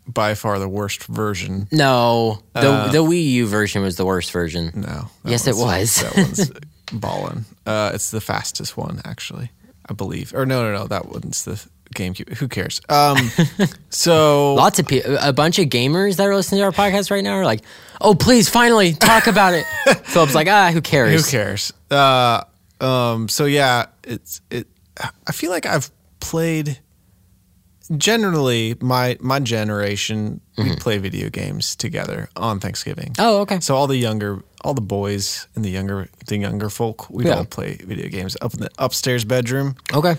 Speaker 2: by far the worst version.
Speaker 1: No, the
Speaker 2: uh,
Speaker 1: the Wii U version was the worst version.
Speaker 2: No. that
Speaker 1: Yes, it was.
Speaker 2: one's- That one's ballin'. Uh, it's the fastest one, actually, I believe. Or no, no, no, that one's the GameCube. Who cares? Um, so
Speaker 1: Lots of people, a bunch of gamers that are listening to our podcast right now are like, "Oh, please, finally talk about it." Philip's like, "Ah, who
Speaker 2: who
Speaker 1: cares?"
Speaker 2: cares? Uh, um, so yeah, it's it. I feel like I've played. Generally, my my generation we play video games together on Thanksgiving.
Speaker 1: Mm-hmm. Oh, okay.
Speaker 2: So all the younger, all the boys and the younger, the younger folk, we would
Speaker 1: Yeah.
Speaker 2: all play video games up in the upstairs bedroom
Speaker 1: Okay.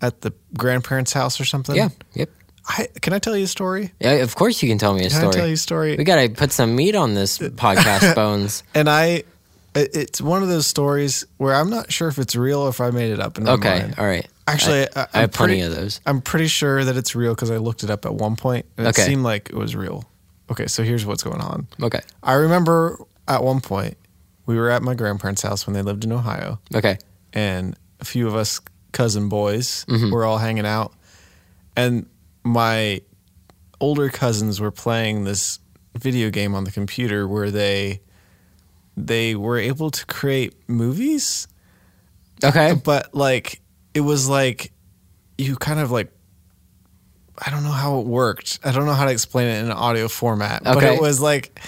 Speaker 2: at the grandparents' house or something.
Speaker 1: Yeah. Yep.
Speaker 2: I, can I tell you a story?
Speaker 1: Yeah, of course you can tell me a
Speaker 2: Can
Speaker 1: story.
Speaker 2: I tell you a story?
Speaker 1: We gotta put some meat on this podcast, Bones.
Speaker 2: and I, it- it's one of those stories where I'm not sure if it's real or if I made it up. In my
Speaker 1: Okay.
Speaker 2: mind.
Speaker 1: All right.
Speaker 2: Actually, I,
Speaker 1: I
Speaker 2: I'm
Speaker 1: have plenty
Speaker 2: pretty-
Speaker 1: of those.
Speaker 2: I'm pretty sure that it's real because I looked it up at one point and
Speaker 1: Okay.
Speaker 2: it seemed like it was real. Okay, so here's what's going on.
Speaker 1: Okay.
Speaker 2: I remember at one point we were at my grandparents' house when they lived in Ohio,
Speaker 1: Okay.
Speaker 2: and a few of us cousin boys were all hanging out, and my older cousins were playing this video game on the computer where they they were able to create movies
Speaker 1: Okay.
Speaker 2: but like it was like you kind of like I don't know how it worked. I don't know how to explain it in an audio format. But
Speaker 1: Okay.
Speaker 2: it was like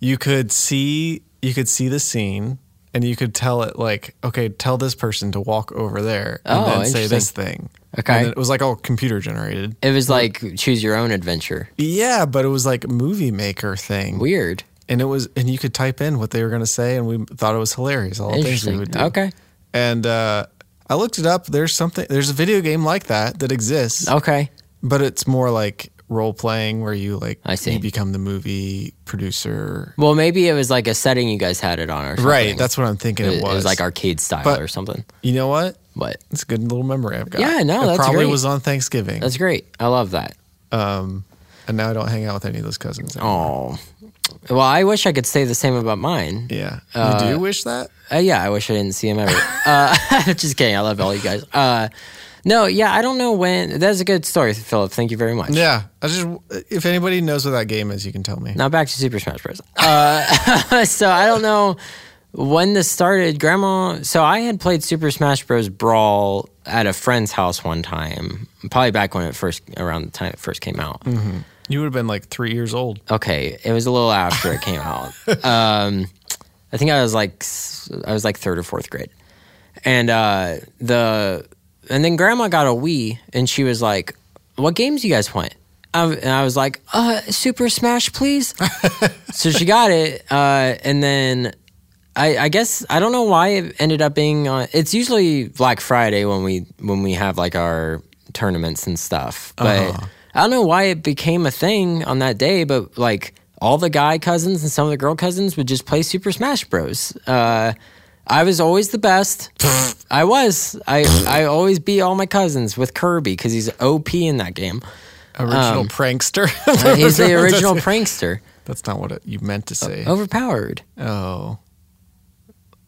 Speaker 2: you could see you could see the scene and you could tell it like, okay, tell this person to walk over there and
Speaker 1: Oh,
Speaker 2: then say this thing.
Speaker 1: Okay.
Speaker 2: And then it was like all computer generated.
Speaker 1: It was like choose your own adventure.
Speaker 2: Yeah, but it was like movie maker thing.
Speaker 1: Weird.
Speaker 2: and it was and you could type in what they were gonna say and we thought it was hilarious. All the things we
Speaker 1: Interesting.
Speaker 2: would do
Speaker 1: Okay.
Speaker 2: and uh, I looked it up. There's something. There's a video game like that that exists,
Speaker 1: Okay.
Speaker 2: but it's more like role playing where you like
Speaker 1: I see.
Speaker 2: you become the movie producer.
Speaker 1: Well, maybe it was like a setting you guys had it on or something.
Speaker 2: Right, that's what I'm thinking. It,
Speaker 1: it, it
Speaker 2: was.
Speaker 1: was like arcade style
Speaker 2: But-
Speaker 1: or something.
Speaker 2: you know what?
Speaker 1: But
Speaker 2: It's a good little memory I've got.
Speaker 1: Yeah, no,
Speaker 2: it
Speaker 1: that's
Speaker 2: probably
Speaker 1: great.
Speaker 2: was on Thanksgiving, um,
Speaker 1: that's great. I love that.
Speaker 2: and now I don't hang out with any of those cousins. anymore.
Speaker 1: Oh. Well, I wish I could say the same about mine.
Speaker 2: yeah. you do wish that?
Speaker 1: Uh, yeah, I wish I didn't see him ever. uh, just kidding. I love all you guys. Uh, no, yeah, I don't know when. That's a good story, Philip. Thank you very much.
Speaker 2: Yeah. I just if anybody knows what that game is, you can tell me.
Speaker 1: Now back to Super Smash Bros. Uh, so I don't know when this started. Grandma. So I had played Super Smash Bros. Brawl at a friend's house one time, probably back when it first around the time it first came out.
Speaker 2: You would have been like three years old.
Speaker 1: Okay, it was a little after it came out. Um, I think I was like s- I was like third or fourth grade, and uh, the and then Grandma got a Wii, and she was like, "What games you guys want?" I, w- and I was like, "Uh, Super Smash, please." so she got it, uh, and then I, I guess I don't know why it ended up being. On, it's usually Black Friday when we when we have like our tournaments and stuff, but I don't know why it became a thing on that day. But like all the guy cousins and some of the girl cousins would just play Super Smash Bros. Uh, I was always the best. I was. I I always beat all my cousins with Kirby because he's OP in that game.
Speaker 2: Original prankster.
Speaker 1: Um, He's the original prankster.
Speaker 2: That's not what it, you meant to say.
Speaker 1: Overpowered.
Speaker 2: oh.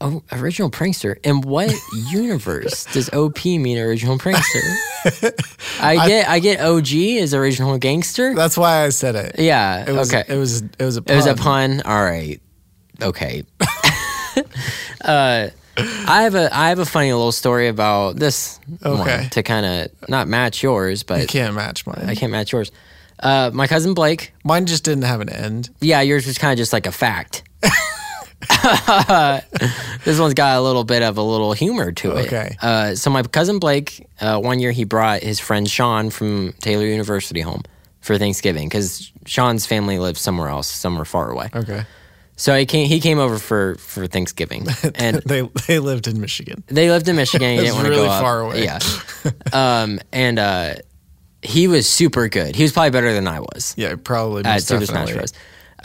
Speaker 1: Oh, original prankster. In what universe does OP mean original prankster? I get I get OG is original gangster.
Speaker 2: That's why I said it.
Speaker 1: Yeah.
Speaker 2: It was,
Speaker 1: okay.
Speaker 2: It was. It was a. Pun.
Speaker 1: It was a pun. All right. Okay. uh, I have a I have a funny little story about this
Speaker 2: Okay.
Speaker 1: one to kind of not match yours, but
Speaker 2: You can't match mine.
Speaker 1: I can't match yours. Uh, my cousin Blake.
Speaker 2: mine just didn't have an end.
Speaker 1: Yeah, yours was kind of just like a fact. this one's got a little bit of a little humor to it.
Speaker 2: Okay.
Speaker 1: Uh, so my cousin Blake, uh, one year he brought his friend Sean from Taylor University home for Thanksgiving because Sean's family lives somewhere else, somewhere far away.
Speaker 2: Okay.
Speaker 1: So he came. He came over for for Thanksgiving, and
Speaker 2: They they lived in Michigan.
Speaker 1: they lived in Michigan. He didn't want to
Speaker 2: really
Speaker 1: go up.
Speaker 2: far away.
Speaker 1: Yeah. um, and uh, he was super good. He was probably better than I was
Speaker 2: Yeah, probably.
Speaker 1: at
Speaker 2: most
Speaker 1: Super
Speaker 2: definitely.
Speaker 1: Smash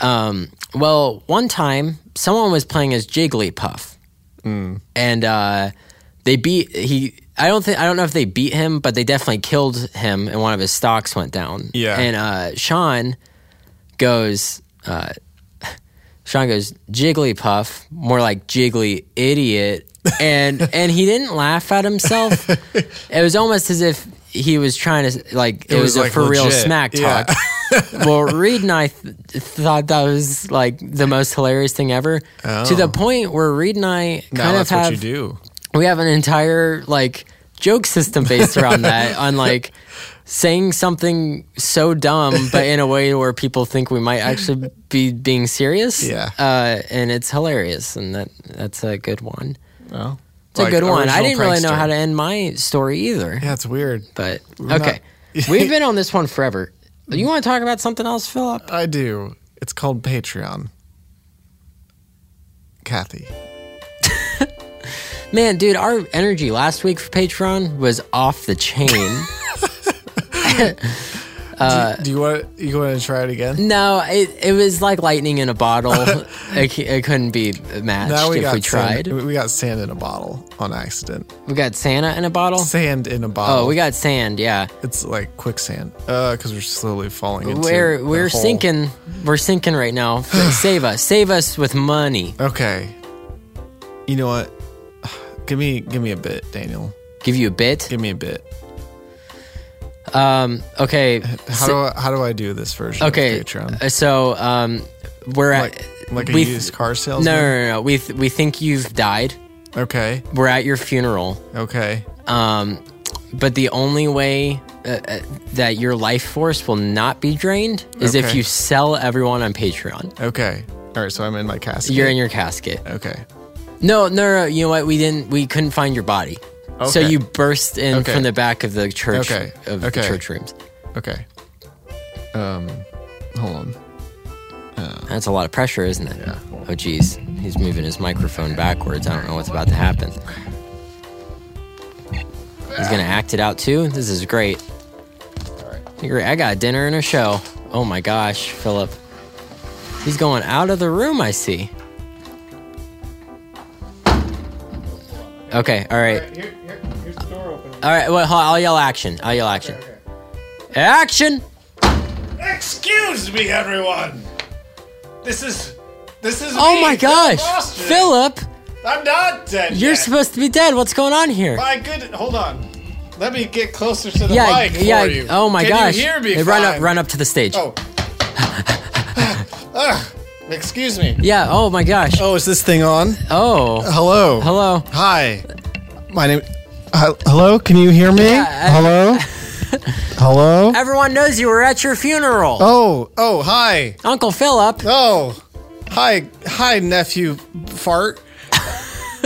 Speaker 1: Bros. Um, well, one time someone was playing as Jigglypuff,
Speaker 2: Hmm.
Speaker 1: and uh, they beat he. I don't think I don't know if they beat him, but they definitely killed him, and one of his stocks went down.
Speaker 2: Yeah.
Speaker 1: and uh, Sean goes. Uh, Sean goes Jigglypuff, more like Jiggly idiot, and and he didn't laugh at himself. it was almost as if he was trying to like it, was,
Speaker 2: was,
Speaker 1: a
Speaker 2: like,
Speaker 1: for real
Speaker 2: legit.
Speaker 1: smack
Speaker 2: Yeah.
Speaker 1: talk. well, Reed and I th- thought that was like the most hilarious thing ever. To the point where Reed and I kind
Speaker 2: Now
Speaker 1: of
Speaker 2: Oh. that's
Speaker 1: have
Speaker 2: what you do.
Speaker 1: we have an entire like joke system based around that on like saying something so dumb but in a way where people think we might actually be being serious
Speaker 2: Yeah.
Speaker 1: uh, and it's hilarious and that that's a good one
Speaker 2: Well,
Speaker 1: it's a good one i didn't really know how to end my story either
Speaker 2: Yeah, it's weird.
Speaker 1: but
Speaker 2: not-
Speaker 1: okay we've been on this one forever you want to talk about something else philip
Speaker 2: I do. It's called Patreon. Kathy.
Speaker 1: man dude our energy last week for patreon was off the chain Uh,
Speaker 2: do, do you want you want to try it again?
Speaker 1: No, it, it was like lightning in a bottle. it, c- it couldn't be matched
Speaker 2: Now we
Speaker 1: if
Speaker 2: got
Speaker 1: we tried.
Speaker 2: Sand, we got sand in a bottle on accident.
Speaker 1: We got Santa in a bottle.
Speaker 2: Sand in a bottle.
Speaker 1: Oh, we got sand. Yeah,
Speaker 2: it's like quicksand. Uh, because we're slowly falling into.
Speaker 1: we're
Speaker 2: the
Speaker 1: we're
Speaker 2: hole.
Speaker 1: sinking. We're sinking right now. save us, save us with money.
Speaker 2: Okay. You know what? Give me give me a bit, Daniel.
Speaker 1: Give you a bit.
Speaker 2: Give me a bit.
Speaker 1: Um. Okay.
Speaker 2: How do I, how do I do this version?
Speaker 1: Okay.
Speaker 2: Of Patreon.
Speaker 1: uh, So um, we're at
Speaker 2: Like, like a
Speaker 1: we th-
Speaker 2: used car
Speaker 1: No,
Speaker 2: salesman.
Speaker 1: no, no, no. We th- we think you've died.
Speaker 2: Okay.
Speaker 1: We're at your funeral.
Speaker 2: Okay.
Speaker 1: Um, but the only way uh, uh, that your life force will not be drained is if
Speaker 2: Okay.
Speaker 1: you sell everyone on Patreon.
Speaker 2: Okay. All right. So I'm in my casket.
Speaker 1: You're in your casket.
Speaker 2: okay.
Speaker 1: No, no, no. You know what? We didn't. We couldn't find your body. So
Speaker 2: Okay.
Speaker 1: you burst in
Speaker 2: Okay.
Speaker 1: from the back of the church
Speaker 2: Okay.
Speaker 1: of the
Speaker 2: Okay.
Speaker 1: church rooms.
Speaker 2: Okay. Um, hold on.
Speaker 1: That's a lot of pressure, isn't it? Yeah. Oh, geez. He's moving his microphone backwards. I don't know what's about to happen. He's going to act it out too. This is great. Great. I got dinner and a show. Oh my gosh, Philip. He's going out of the room, I see. Okay, all right.
Speaker 2: Here, here, here's the door open.
Speaker 1: All right, well, hold on, I'll yell action. I'll yell action. Action!
Speaker 3: Excuse me, everyone. This is this is.
Speaker 1: Oh
Speaker 3: me,
Speaker 1: my
Speaker 3: Phil
Speaker 1: gosh!
Speaker 3: Foster.
Speaker 1: Philip,
Speaker 3: I'm not dead.
Speaker 1: you're
Speaker 3: yet.
Speaker 1: supposed to be dead. What's going on here?
Speaker 3: My good. Hold on. Let me get closer to the mic for you.
Speaker 1: Oh my
Speaker 3: Can
Speaker 1: gosh!
Speaker 3: You hear me?
Speaker 1: Hey, Run up,
Speaker 3: fine?
Speaker 1: run up to the stage.
Speaker 3: Oh. Ugh. Excuse me.
Speaker 1: Yeah. Oh my gosh.
Speaker 2: Oh, is this thing on?
Speaker 1: Oh.
Speaker 2: Hello.
Speaker 1: Hello.
Speaker 2: Hi. My name. Uh, hello. Can you hear me?
Speaker 1: Yeah, I-
Speaker 2: hello. hello.
Speaker 1: Everyone knows you were at your funeral,
Speaker 2: Oh. Oh. Hi.
Speaker 1: Uncle Philip.
Speaker 2: Oh. Hi. Hi, nephew. Fart.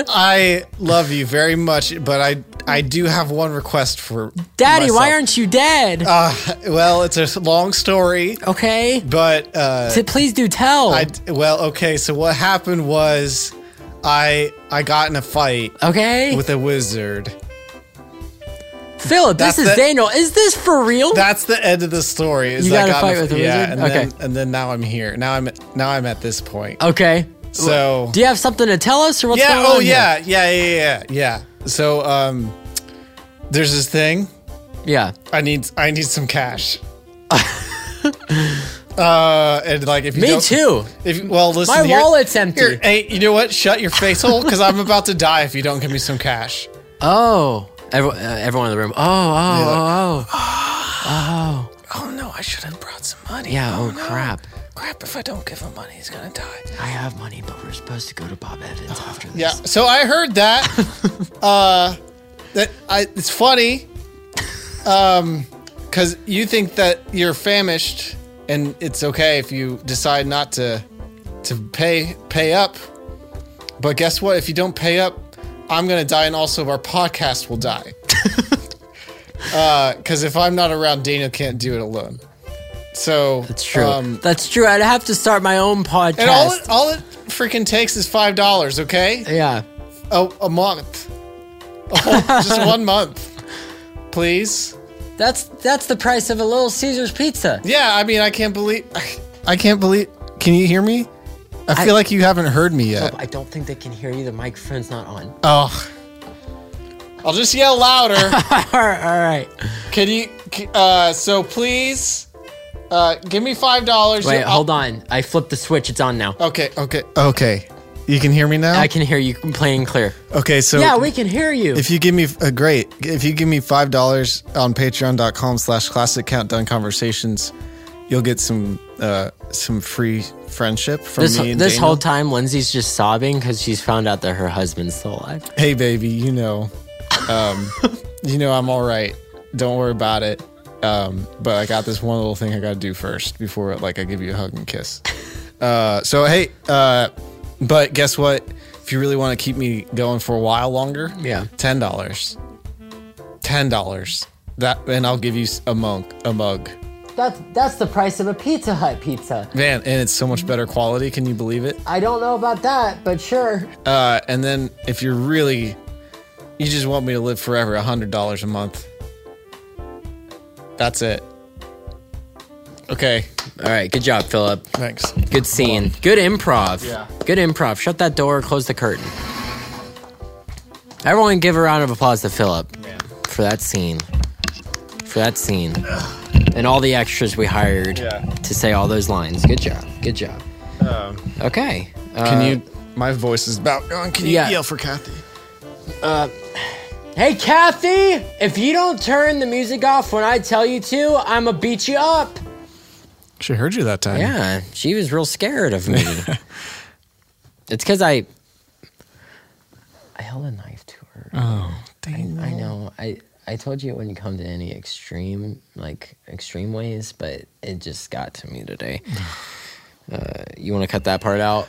Speaker 2: I love you very much, but I I do have one request for
Speaker 1: Daddy, why
Speaker 2: myself.
Speaker 1: aren't you dead?
Speaker 2: Uh, well, it's a long story,
Speaker 1: okay.
Speaker 2: but uh,
Speaker 1: T- please do tell.
Speaker 2: I well, okay. So what happened was, I I got in a fight
Speaker 1: okay.
Speaker 2: with a wizard.
Speaker 1: Philip, this
Speaker 2: that's
Speaker 1: is
Speaker 2: the-
Speaker 1: Daniel. Is this for real?
Speaker 2: That's the end of the story. Is
Speaker 1: You
Speaker 2: that
Speaker 1: got a
Speaker 2: I
Speaker 1: fight
Speaker 2: in
Speaker 1: with a
Speaker 2: yeah,
Speaker 1: wizard?
Speaker 2: And Then, and then now I'm here. Now I'm now I'm at this point.
Speaker 1: okay.
Speaker 2: so
Speaker 1: Do you have something to tell us, or what's
Speaker 2: yeah,
Speaker 1: going
Speaker 2: oh
Speaker 1: on? here?
Speaker 2: yeah, yeah, yeah, yeah, yeah. So um, there's this thing.
Speaker 1: Yeah.
Speaker 2: I need I need some cash. uh, and like if you
Speaker 1: Me
Speaker 2: don't-
Speaker 1: too.
Speaker 2: If well, listen,
Speaker 1: My
Speaker 2: here-
Speaker 1: wallet's empty.
Speaker 2: here, hey, you know what? Shut your face hole because I'm about to die if you don't give me some cash.
Speaker 1: Oh. Every, uh, everyone in the room. Oh. Oh. Oh.
Speaker 2: Oh no, I should have brought some money.
Speaker 1: Yeah. Oh, crap.
Speaker 2: crap! If I don't give him money, he's gonna die.
Speaker 1: I have money, but we're supposed to go to Bob Evans after this.
Speaker 2: Yeah. So I heard that. uh, that I, it's funny. Um, because you think that you're famished, and it's okay if you decide not to to pay pay up. But guess what? If you don't pay up, I'm gonna die, and also our podcast will die. Because if I'm not around, Daniel can't do it alone. So
Speaker 1: That's true. That's true. I'd have to start my own podcast.
Speaker 2: um, and all it, all it freaking takes is five dollars. Okay.
Speaker 1: yeah.
Speaker 2: A, a month. A whole- just one month. Please.
Speaker 1: That's that's the price of a Little Caesars pizza.
Speaker 2: Yeah, I mean, I can't believe. I, can't believe. Can you hear me? I
Speaker 1: I-
Speaker 2: feel like you haven't heard me yet.
Speaker 1: I don't think they can hear you. The microphone's not on.
Speaker 2: Oh. I'll just yell louder.
Speaker 1: all right.
Speaker 2: can you. c- Uh, so please. Uh, give me five dollars.
Speaker 1: Wait, hold on. I flipped the switch. It's on now.
Speaker 2: Okay, okay, okay. You can hear me now.
Speaker 1: I can hear you playing clear.
Speaker 2: Oh, okay, so
Speaker 1: Yeah, we can hear you.
Speaker 2: If you give me a great, if you give me five dollars on patreon.com slash classic countdown conversations, you'll get some uh, some free friendship from
Speaker 1: This,
Speaker 2: me and
Speaker 1: this
Speaker 2: Daniel.
Speaker 1: whole time, Lindsay's just sobbing because she's found out that her husband's still alive.
Speaker 2: hey baby you know um, you know i'm all right don't worry about it um, but i got this one little thing i gotta do first before like i give you a hug and kiss uh, so hey uh, but guess what if you really want to keep me going for a while longer
Speaker 1: Yeah.
Speaker 2: ten dollars ten dollars that and i'll give you s- a monk a mug
Speaker 1: That's that's the price of a Pizza Hut pizza.
Speaker 2: man and it's so much better quality can you believe it
Speaker 1: I don't know about that, but sure.
Speaker 2: Uh, and then if you're really, you just want me to live forever, hundred dollars a month. That's it. Okay,
Speaker 1: All right, good job, Philip.
Speaker 2: thanks.
Speaker 1: Good scene. Good improv.
Speaker 2: Yeah.
Speaker 1: Good improv. Shut that door, close the curtain. Everyone give a round of applause to Philip for that scene. For that scene. And all the extras we hired
Speaker 2: Yeah.
Speaker 1: to say all those lines. Good job. Good job. Um. okay.
Speaker 2: Can
Speaker 1: Uh,
Speaker 2: you? My voice is about gone. Can you
Speaker 1: Yeah.
Speaker 2: yell for Kathy?
Speaker 1: Hey, Kathy, if you don't turn the music off when I tell you to, I'm going to beat you up.
Speaker 2: She heard you that time.
Speaker 1: Yeah, she was real scared of me. it's because I I held a knife to her.
Speaker 2: Oh, dang.
Speaker 1: I know. I I told you it wouldn't come to any extreme like extreme ways, but it just got to me today. uh, you want to cut that part out?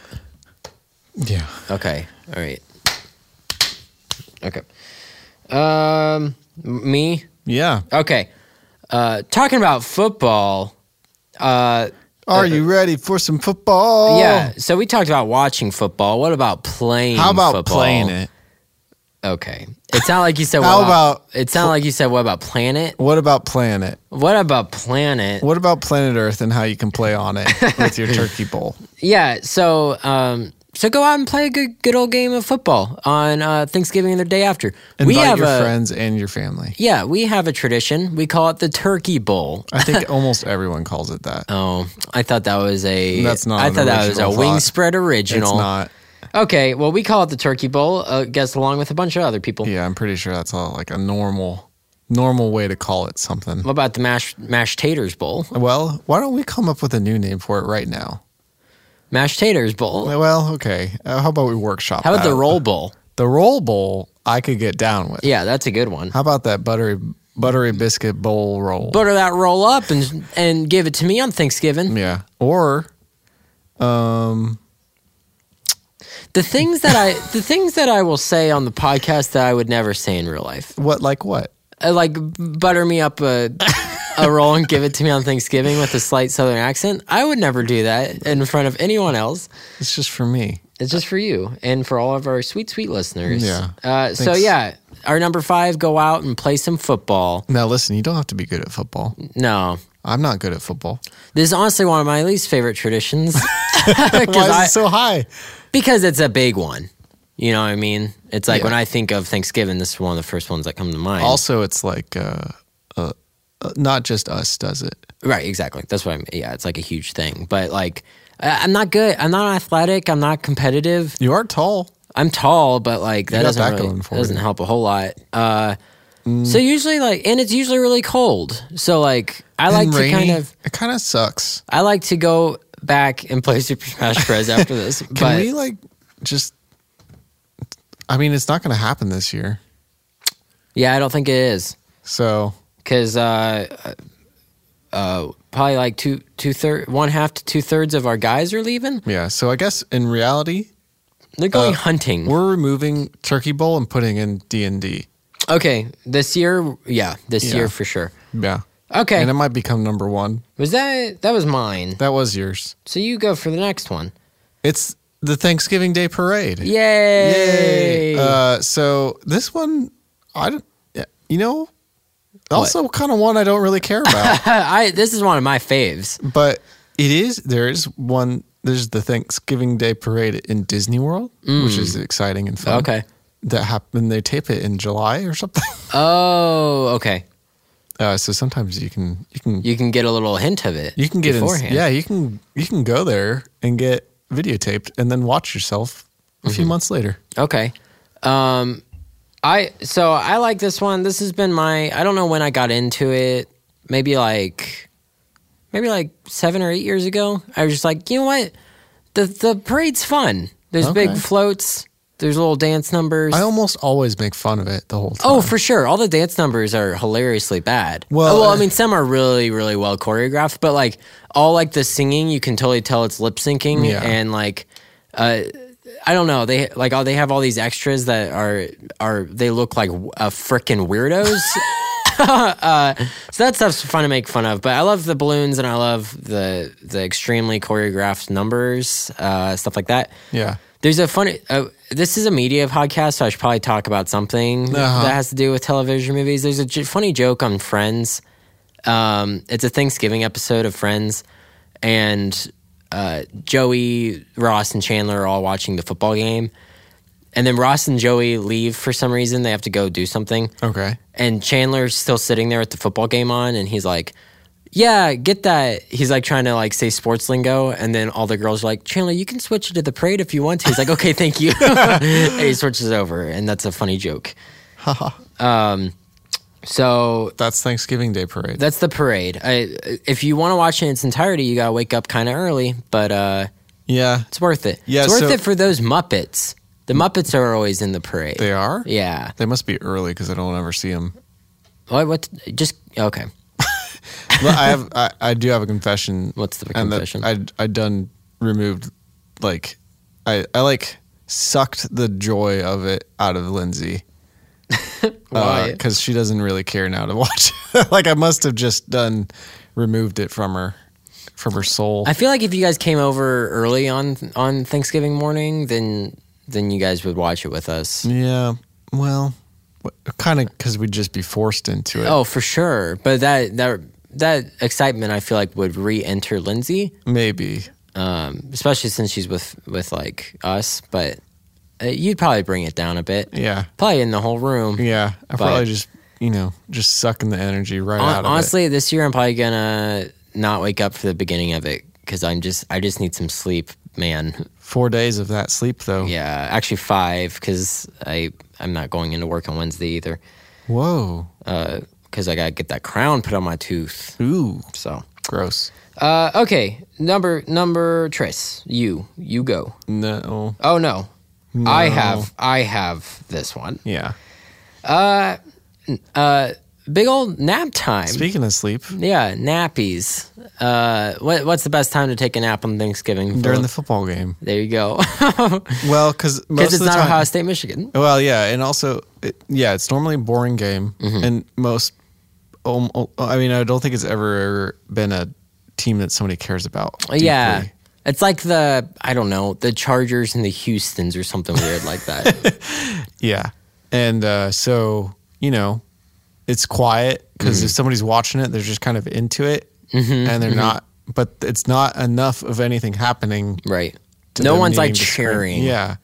Speaker 2: Yeah.
Speaker 1: Okay. All right. Okay. Um, m- me.
Speaker 2: Yeah.
Speaker 1: Okay. Uh, talking about football. Uh.
Speaker 2: Are you ready for some football?
Speaker 1: Yeah. So we talked about watching football. What about playing?
Speaker 2: How about
Speaker 1: football?
Speaker 2: playing it?
Speaker 1: Okay. It sounded like you said.
Speaker 2: How
Speaker 1: what about?
Speaker 2: about
Speaker 1: It sounded like you said. What about planet?
Speaker 2: What about playing it?
Speaker 1: What about planet?
Speaker 2: What about planet Earth and how you can play on it with your turkey bowl?
Speaker 1: Yeah. So, um, so go out and play a good, good old game of football on uh, Thanksgiving and the day after.
Speaker 2: Invite
Speaker 1: we have
Speaker 2: your
Speaker 1: a
Speaker 2: friends and your family.
Speaker 1: yeah. We have a tradition. We call it the Turkey Bowl.
Speaker 2: I think almost everyone calls it that.
Speaker 1: Oh, I thought that was a.
Speaker 2: That's not
Speaker 1: I
Speaker 2: an
Speaker 1: thought that was a
Speaker 2: original
Speaker 1: wing
Speaker 2: thought.
Speaker 1: spread original.
Speaker 2: it's not.
Speaker 1: Okay. Well, we call it the Turkey Bowl. Uh, guess along with a bunch of other people.
Speaker 2: Yeah, I'm pretty sure that's all like a normal, normal way to call it something.
Speaker 1: What about the mash mashed taters bowl?
Speaker 2: Well, why don't we come up with a new name for it right now?
Speaker 1: Mashed taters bowl.
Speaker 2: Well, uh, okay. Uh, how about we workshop?
Speaker 1: How about
Speaker 2: that
Speaker 1: the
Speaker 2: out?
Speaker 1: roll bowl?
Speaker 2: The roll bowl, I could get down with.
Speaker 1: Yeah, that's a good one.
Speaker 2: How about that buttery buttery biscuit bowl roll?
Speaker 1: Butter that roll up and and give it to me on Thanksgiving.
Speaker 2: yeah. Or
Speaker 1: The things that I the things that I will say on the podcast that I would never say in real life.
Speaker 2: what? Like what?
Speaker 1: Uh, like butter me up a a roll and give it to me on Thanksgiving with a slight southern accent. I would never do that in front of anyone else.
Speaker 2: It's just for me.
Speaker 1: It's just for you and for all of our sweet sweet listeners.
Speaker 2: Yeah.
Speaker 1: Uh, so
Speaker 2: Thanks.
Speaker 1: yeah, our number 5 go out and play some football.
Speaker 2: Now listen, you don't have to be good at football.
Speaker 1: No.
Speaker 2: I'm not good at football.
Speaker 1: This is honestly one of my least favorite traditions. 'Cause
Speaker 2: Why is
Speaker 1: I-
Speaker 2: it so high?
Speaker 1: because it's a big one. You know what I mean? It's like
Speaker 2: Yeah.
Speaker 1: when I think of Thanksgiving, this is one of the first ones that come to mind.
Speaker 2: Also, it's like uh, uh, uh, not just us does it.
Speaker 1: right, exactly. That's what I mean. Yeah, it's like a huge thing. But like, I- I'm not good. I'm not athletic. I'm not competitive.
Speaker 2: You are tall.
Speaker 1: I'm tall, but like that
Speaker 2: got
Speaker 1: doesn't
Speaker 2: that
Speaker 1: really-
Speaker 2: going for Mm.
Speaker 1: doesn't
Speaker 2: you.
Speaker 1: help a whole lot. Uh, So usually, like, and it's usually really cold. So like, I like
Speaker 2: And
Speaker 1: to
Speaker 2: rainy,
Speaker 1: kind of,
Speaker 2: it kind of sucks.
Speaker 1: I like to go back and play Super Smash Bros. after this.
Speaker 2: Can
Speaker 1: but
Speaker 2: we like just? I mean, it's not going to happen this year.
Speaker 1: yeah, I don't think it is.
Speaker 2: So
Speaker 1: because uh, uh, probably like two two third one half to two thirds of our guys are leaving.
Speaker 2: yeah. So I guess in reality,
Speaker 1: They're going
Speaker 2: Uh,
Speaker 1: hunting.
Speaker 2: we're removing Turkey Bowl and putting in D and D.
Speaker 1: Okay, this year, yeah, this
Speaker 2: Yeah.
Speaker 1: year for sure.
Speaker 2: Yeah.
Speaker 1: Okay,
Speaker 2: And it might become number one.
Speaker 1: was that that was mine?
Speaker 2: That was yours.
Speaker 1: So you go for the next one.
Speaker 2: It's the Thanksgiving Day Parade.
Speaker 1: Yay!
Speaker 2: Uh, so this one, I don't. yeah, You know, also kind of one I don't really care about.
Speaker 1: I this is one of my faves.
Speaker 2: But it is there is one there's the Thanksgiving Day parade in Disney World, which is exciting and fun.
Speaker 1: Mm. Okay.
Speaker 2: That happened they tape it in July or something.
Speaker 1: Oh, okay.
Speaker 2: Uh, so sometimes you can you can
Speaker 1: You can get a little hint of it.
Speaker 2: you can get in,
Speaker 1: beforehand.
Speaker 2: yeah, you can you can go there and get videotaped and then watch yourself a
Speaker 1: Mm-hmm.
Speaker 2: few months later.
Speaker 1: Okay. Um I so I like this one. This has been my I don't know when I got into it. Maybe like maybe like seven or eight years ago. I was just like, you know what? The the parade's fun. There's big
Speaker 2: Okay.
Speaker 1: floats. There's little dance numbers.
Speaker 2: I almost always make fun of it the whole time.
Speaker 1: Oh, for sure. All the dance numbers are hilariously bad.
Speaker 2: Well,
Speaker 1: Well, well,
Speaker 2: uh,
Speaker 1: I mean, some are really, really well choreographed, but like all like the singing, you can totally tell it's lip syncing
Speaker 2: Yeah.
Speaker 1: and like, uh, I don't know. They like all they have all these extras that are are they look like w- uh, frickin' weirdos. uh, so that stuff's fun to make fun of. But I love the balloons and I love the the extremely choreographed numbers, uh, stuff like that.
Speaker 2: yeah.
Speaker 1: There's a funny. Uh, this is a media podcast, so I should probably talk about something
Speaker 2: Uh-huh.
Speaker 1: that has to do with television movies. There's a j- funny joke on Friends. Um, it's a Thanksgiving episode of Friends, and uh, Joey, Ross, and Chandler are all watching the football game. And then Ross and Joey leave for some reason. They have to go do something.
Speaker 2: Okay.
Speaker 1: And Chandler's still sitting there with the football game on, and he's like, "Yeah, get that." He's like trying to like say sports lingo, and then all the girls are like, "Chandler, you can switch it to the parade if you want to." He's like, "Okay, thank you." and he switches over, and that's a funny joke. um, so
Speaker 2: That's Thanksgiving Day parade.
Speaker 1: that's the parade. I, if you want to watch it in its entirety, you gotta wake up kind of early, but uh,
Speaker 2: yeah.
Speaker 1: it's worth it.
Speaker 2: Yeah,
Speaker 1: it's worth
Speaker 2: so-
Speaker 1: it for those Muppets. The Muppets are always in the parade.
Speaker 2: They are?
Speaker 1: Yeah.
Speaker 2: They must be early because I don't ever see them.
Speaker 1: What? What? Just okay.
Speaker 2: Well, I have, I, I do have a confession.
Speaker 1: What's the
Speaker 2: and that
Speaker 1: confession?
Speaker 2: I I done removed, like, I I like sucked the joy of it out of Lindsay.
Speaker 1: Why?
Speaker 2: Because she doesn't really care now to watch. like I must have just done removed it from her, from her soul.
Speaker 1: I feel like if you guys came over early on on Thanksgiving morning, then then you guys would watch it with us.
Speaker 2: yeah. Well, kind of because we'd just be forced into it.
Speaker 1: Oh, for sure. But that that that excitement, I feel like, would re-enter Lindsay,
Speaker 2: Maybe.
Speaker 1: um, especially since she's with with like us. But uh, you'd probably bring it down a bit,
Speaker 2: Yeah.
Speaker 1: probably in the whole room.
Speaker 2: Yeah. I probably just you know just sucking the energy right
Speaker 1: Hon-
Speaker 2: out of it.
Speaker 1: honestly, this year I'm probably gonna not wake up for the beginning of it because I'm just I just need some sleep, man.
Speaker 2: Four days of that sleep though.
Speaker 1: Yeah, actually five because I I'm not going into work on Wednesday either.
Speaker 2: Whoa.
Speaker 1: because uh, I gotta get that crown put on my tooth.
Speaker 2: Ooh.
Speaker 1: So,
Speaker 2: Gross.
Speaker 1: uh, okay, number number Tris, you you go.
Speaker 2: No.
Speaker 1: Oh no. I have I have this one.
Speaker 2: Yeah.
Speaker 1: Big old nap time.
Speaker 2: Speaking of sleep,
Speaker 1: yeah, nappies. Uh, what what's the best time to take a nap on Thanksgiving?
Speaker 2: during the football game.
Speaker 1: there you go. Because
Speaker 2: Well, because most
Speaker 1: it's
Speaker 2: of the
Speaker 1: not
Speaker 2: time.
Speaker 1: Ohio State, Michigan.
Speaker 2: Well, yeah, and also, it, yeah, it's normally a boring game,
Speaker 1: Mm-hmm.
Speaker 2: and most. Um, I mean, I don't think it's ever been a team that somebody cares about.
Speaker 1: Uh, Yeah.
Speaker 2: deeply.
Speaker 1: It's like the I don't know the Chargers and the Houston's or something weird like that.
Speaker 2: Yeah, and uh, so you know, it's quiet because
Speaker 1: Mm-hmm.
Speaker 2: if somebody's watching it, they're just kind of into it, and they're not. But it's not enough of anything happening.
Speaker 1: Right.
Speaker 2: to
Speaker 1: no
Speaker 2: them
Speaker 1: one's like
Speaker 2: needing to scream.
Speaker 1: cheering.
Speaker 2: Yeah,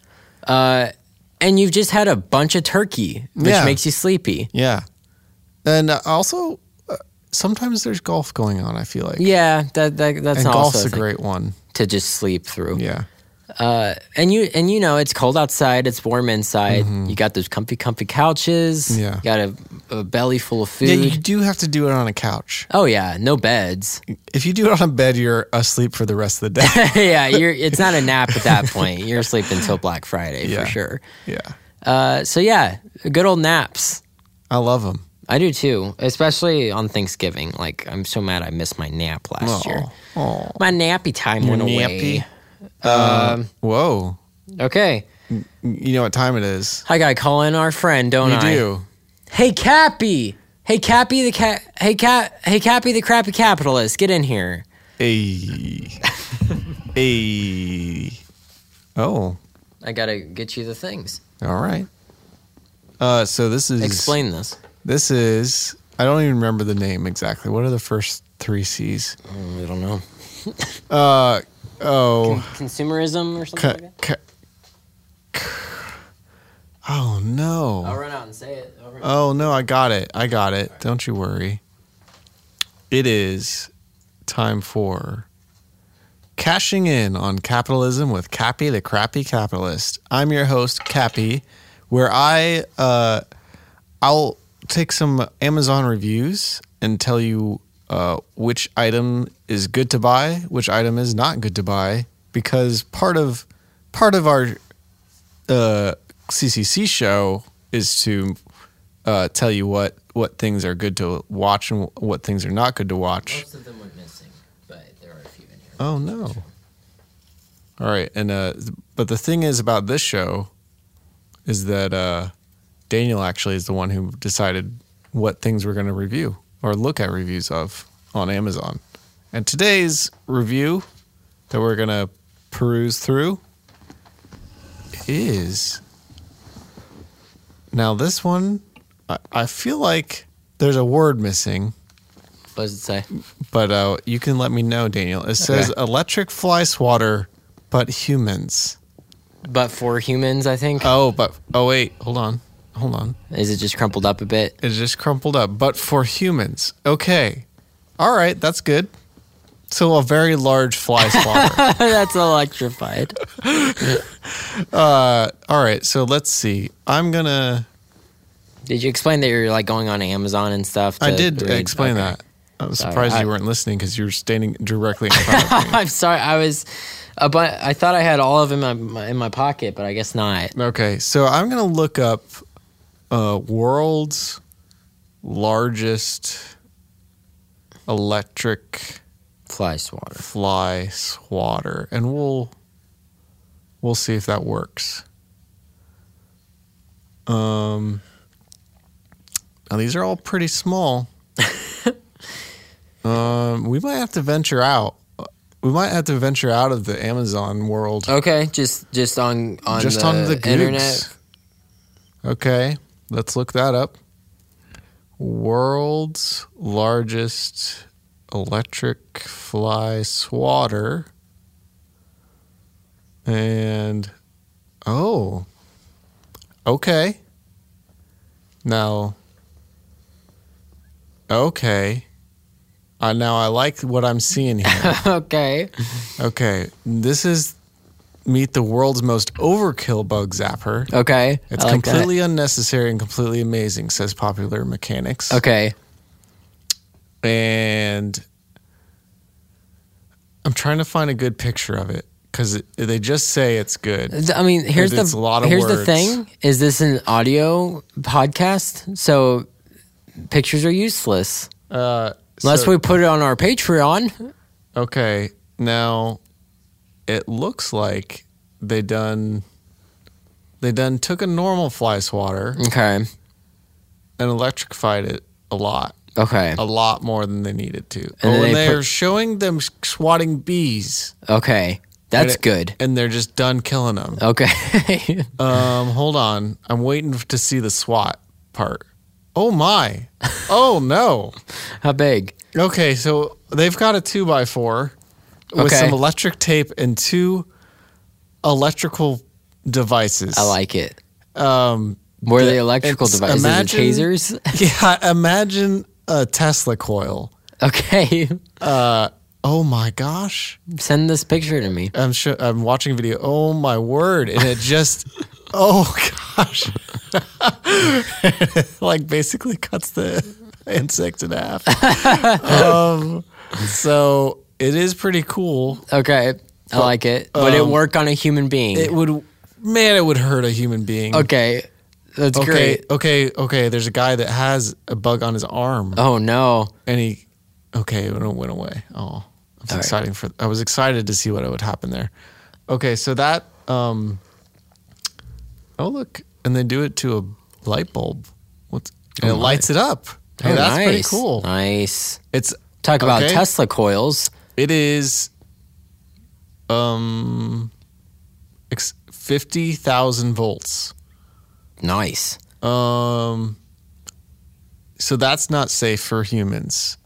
Speaker 1: and you've just had a bunch of turkey, which
Speaker 2: Yeah.
Speaker 1: makes you sleepy.
Speaker 2: Yeah. And uh, also, uh, sometimes there's golf going on, I feel like.
Speaker 1: Yeah, that, that that's
Speaker 2: And
Speaker 1: not
Speaker 2: golf's
Speaker 1: also
Speaker 2: a
Speaker 1: a thing
Speaker 2: great one.
Speaker 1: to just sleep through.
Speaker 2: Yeah.
Speaker 1: And you and you know it's cold outside, it's warm inside. You got those comfy, comfy couches.
Speaker 2: Mm-hmm. Yeah.
Speaker 1: you got a, a belly full of food.
Speaker 2: Yeah, you do have to do it on a couch.
Speaker 1: oh yeah, no beds.
Speaker 2: If you do it on a bed, you're asleep for the rest of the day.
Speaker 1: yeah, you're. It's not a nap at that point. You're asleep until Black Friday
Speaker 2: Yeah.
Speaker 1: for sure.
Speaker 2: yeah.
Speaker 1: Uh, so yeah, good old naps.
Speaker 2: I love them.
Speaker 1: I do too, especially on Thanksgiving. Like I'm so mad I missed my nap last year.
Speaker 2: Oh.
Speaker 1: My nappy time went away.
Speaker 2: nappy.
Speaker 1: Um,
Speaker 2: Um, Whoa.
Speaker 1: Okay.
Speaker 2: You know what time it is.
Speaker 1: I gotta call in our friend, don't
Speaker 2: You
Speaker 1: I?
Speaker 2: do.
Speaker 1: Hey Cappy! Hey Cappy the cat hey cat hey Cappy the crappy capitalist, get in here.
Speaker 2: Hey. hey. Oh.
Speaker 1: I gotta get you the things.
Speaker 2: All right. Uh, so this is
Speaker 1: Explain this.
Speaker 2: This is I don't even remember the name exactly. What are the first three C's?
Speaker 1: I don't know.
Speaker 2: Oh,
Speaker 1: Consumerism or something
Speaker 2: ca-
Speaker 1: like that?
Speaker 2: ca- ca- oh
Speaker 1: I'll
Speaker 2: no!
Speaker 1: run out and say it. I'll run-
Speaker 2: Oh no! I got it! I got it! Don't you worry. It is time for cashing in on capitalism with Cappy the Crappy Capitalist. I'm your host Cappy, where I uh, I'll take some Amazon reviews and tell you uh, which item is good to buy, which item is not good to buy, because part of part of our uh, CCC show is to uh, tell you what what things are good to watch and what things are not good to watch.
Speaker 1: Most of them were missing, but there are a few in here.
Speaker 2: Oh no! All right, and uh, but the thing is about this show is that uh, Daniel actually is the one who decided what things we're going to review or look at reviews of on Amazon. And today's review that we're going to peruse through is now this one. I, I feel like there's a word missing,
Speaker 1: What does it say?
Speaker 2: but uh, you can let me know, Daniel. It says electric fly swatter, but humans.
Speaker 1: But for humans, I think.
Speaker 2: Oh, but oh wait, hold on, hold on.
Speaker 1: Is it just crumpled up a bit?
Speaker 2: It's just crumpled up. But for humans, okay, all right, that's good. So a very large fly swatter.
Speaker 1: That's electrified.
Speaker 2: all right, so let's see. I'm gonna.
Speaker 1: Did you explain that you're like going on Amazon and stuff?
Speaker 2: I
Speaker 1: to
Speaker 2: did
Speaker 1: read?
Speaker 2: explain
Speaker 1: Okay.
Speaker 2: that. I'm surprised
Speaker 1: I-
Speaker 2: you weren't listening because you were standing directly in front of me.
Speaker 1: I'm sorry. I was, a bu- I thought I had all of them in my, in my pocket, but I guess not.
Speaker 2: Okay, so I'm gonna look up uh, world's largest electric
Speaker 1: Fly swatter.
Speaker 2: fly swatter, and we'll we'll see if that works. Um, now these are all pretty small. um, we might have to venture out. We might have to venture out of the Amazon world.
Speaker 1: Okay, just just on on
Speaker 2: just
Speaker 1: the
Speaker 2: on the googs.
Speaker 1: internet.
Speaker 2: Okay, let's look that up. World's largest electric fly swatter. And oh, okay. Now, okay. Uh, now I like what I'm seeing here.
Speaker 1: okay.
Speaker 2: Okay, this is meet the world's most overkill bug zapper.
Speaker 1: Okay.
Speaker 2: It's
Speaker 1: Oh, I like that.
Speaker 2: completely unnecessary and completely amazing, says Popular Mechanics.
Speaker 1: Okay.
Speaker 2: And I'm trying to find a good picture of it because they just say it's good.
Speaker 1: Th- I mean, here's
Speaker 2: It's
Speaker 1: the
Speaker 2: a lot of
Speaker 1: here's the
Speaker 2: words.
Speaker 1: thing: is this an audio podcast? So pictures are useless
Speaker 2: Uh,
Speaker 1: unless
Speaker 2: so-
Speaker 1: we put it on our Patreon.
Speaker 2: Okay, now it looks like they done they done took a normal fly swatter
Speaker 1: Okay.
Speaker 2: and electrified it a lot.
Speaker 1: Okay.
Speaker 2: a lot more than they needed to.
Speaker 1: then
Speaker 2: oh,
Speaker 1: they
Speaker 2: and they
Speaker 1: put-
Speaker 2: are showing them swatting bees.
Speaker 1: Okay. That's
Speaker 2: And it-
Speaker 1: good.
Speaker 2: And they're just done killing them.
Speaker 1: Okay.
Speaker 2: Um, hold on. I'm waiting to see the SWAT part. Oh my. Oh no.
Speaker 1: How big?
Speaker 2: Okay, so they've got a two by four with
Speaker 1: Okay.
Speaker 2: some electric tape and two electrical devices.
Speaker 1: I like it. Um, Were
Speaker 2: the-
Speaker 1: the electrical
Speaker 2: it's-
Speaker 1: devices
Speaker 2: imagine-
Speaker 1: and tasers?
Speaker 2: Yeah, imagine a Tesla coil.
Speaker 1: Okay.
Speaker 2: Oh my gosh.
Speaker 1: Send this picture to me.
Speaker 2: I'm sure I'm watching a video. Oh my word! And it just, oh gosh, like basically cuts the insect in half. um, so it is pretty cool.
Speaker 1: Okay. I like it. Would it work on a human being?
Speaker 2: Um, It would, man, it would hurt a human being.
Speaker 1: okay. That's
Speaker 2: okay,
Speaker 1: Oh, great.
Speaker 2: okay, okay. There's a guy that has a bug on his arm,
Speaker 1: Oh, no.
Speaker 2: and he, okay, it went away. Oh, I was excited for. I was excited to see what would happen there. Okay, so that. um Oh look, and they do it to a light bulb. What's and it lights it up. Hey,
Speaker 1: Oh,
Speaker 2: that's pretty
Speaker 1: nice.
Speaker 2: cool.
Speaker 1: Nice.
Speaker 2: It's
Speaker 1: Talk about
Speaker 2: Okay.
Speaker 1: Tesla coils.
Speaker 2: it is, um, ex- fifty thousand volts.
Speaker 1: Nice.
Speaker 2: Um, so that's not safe for humans,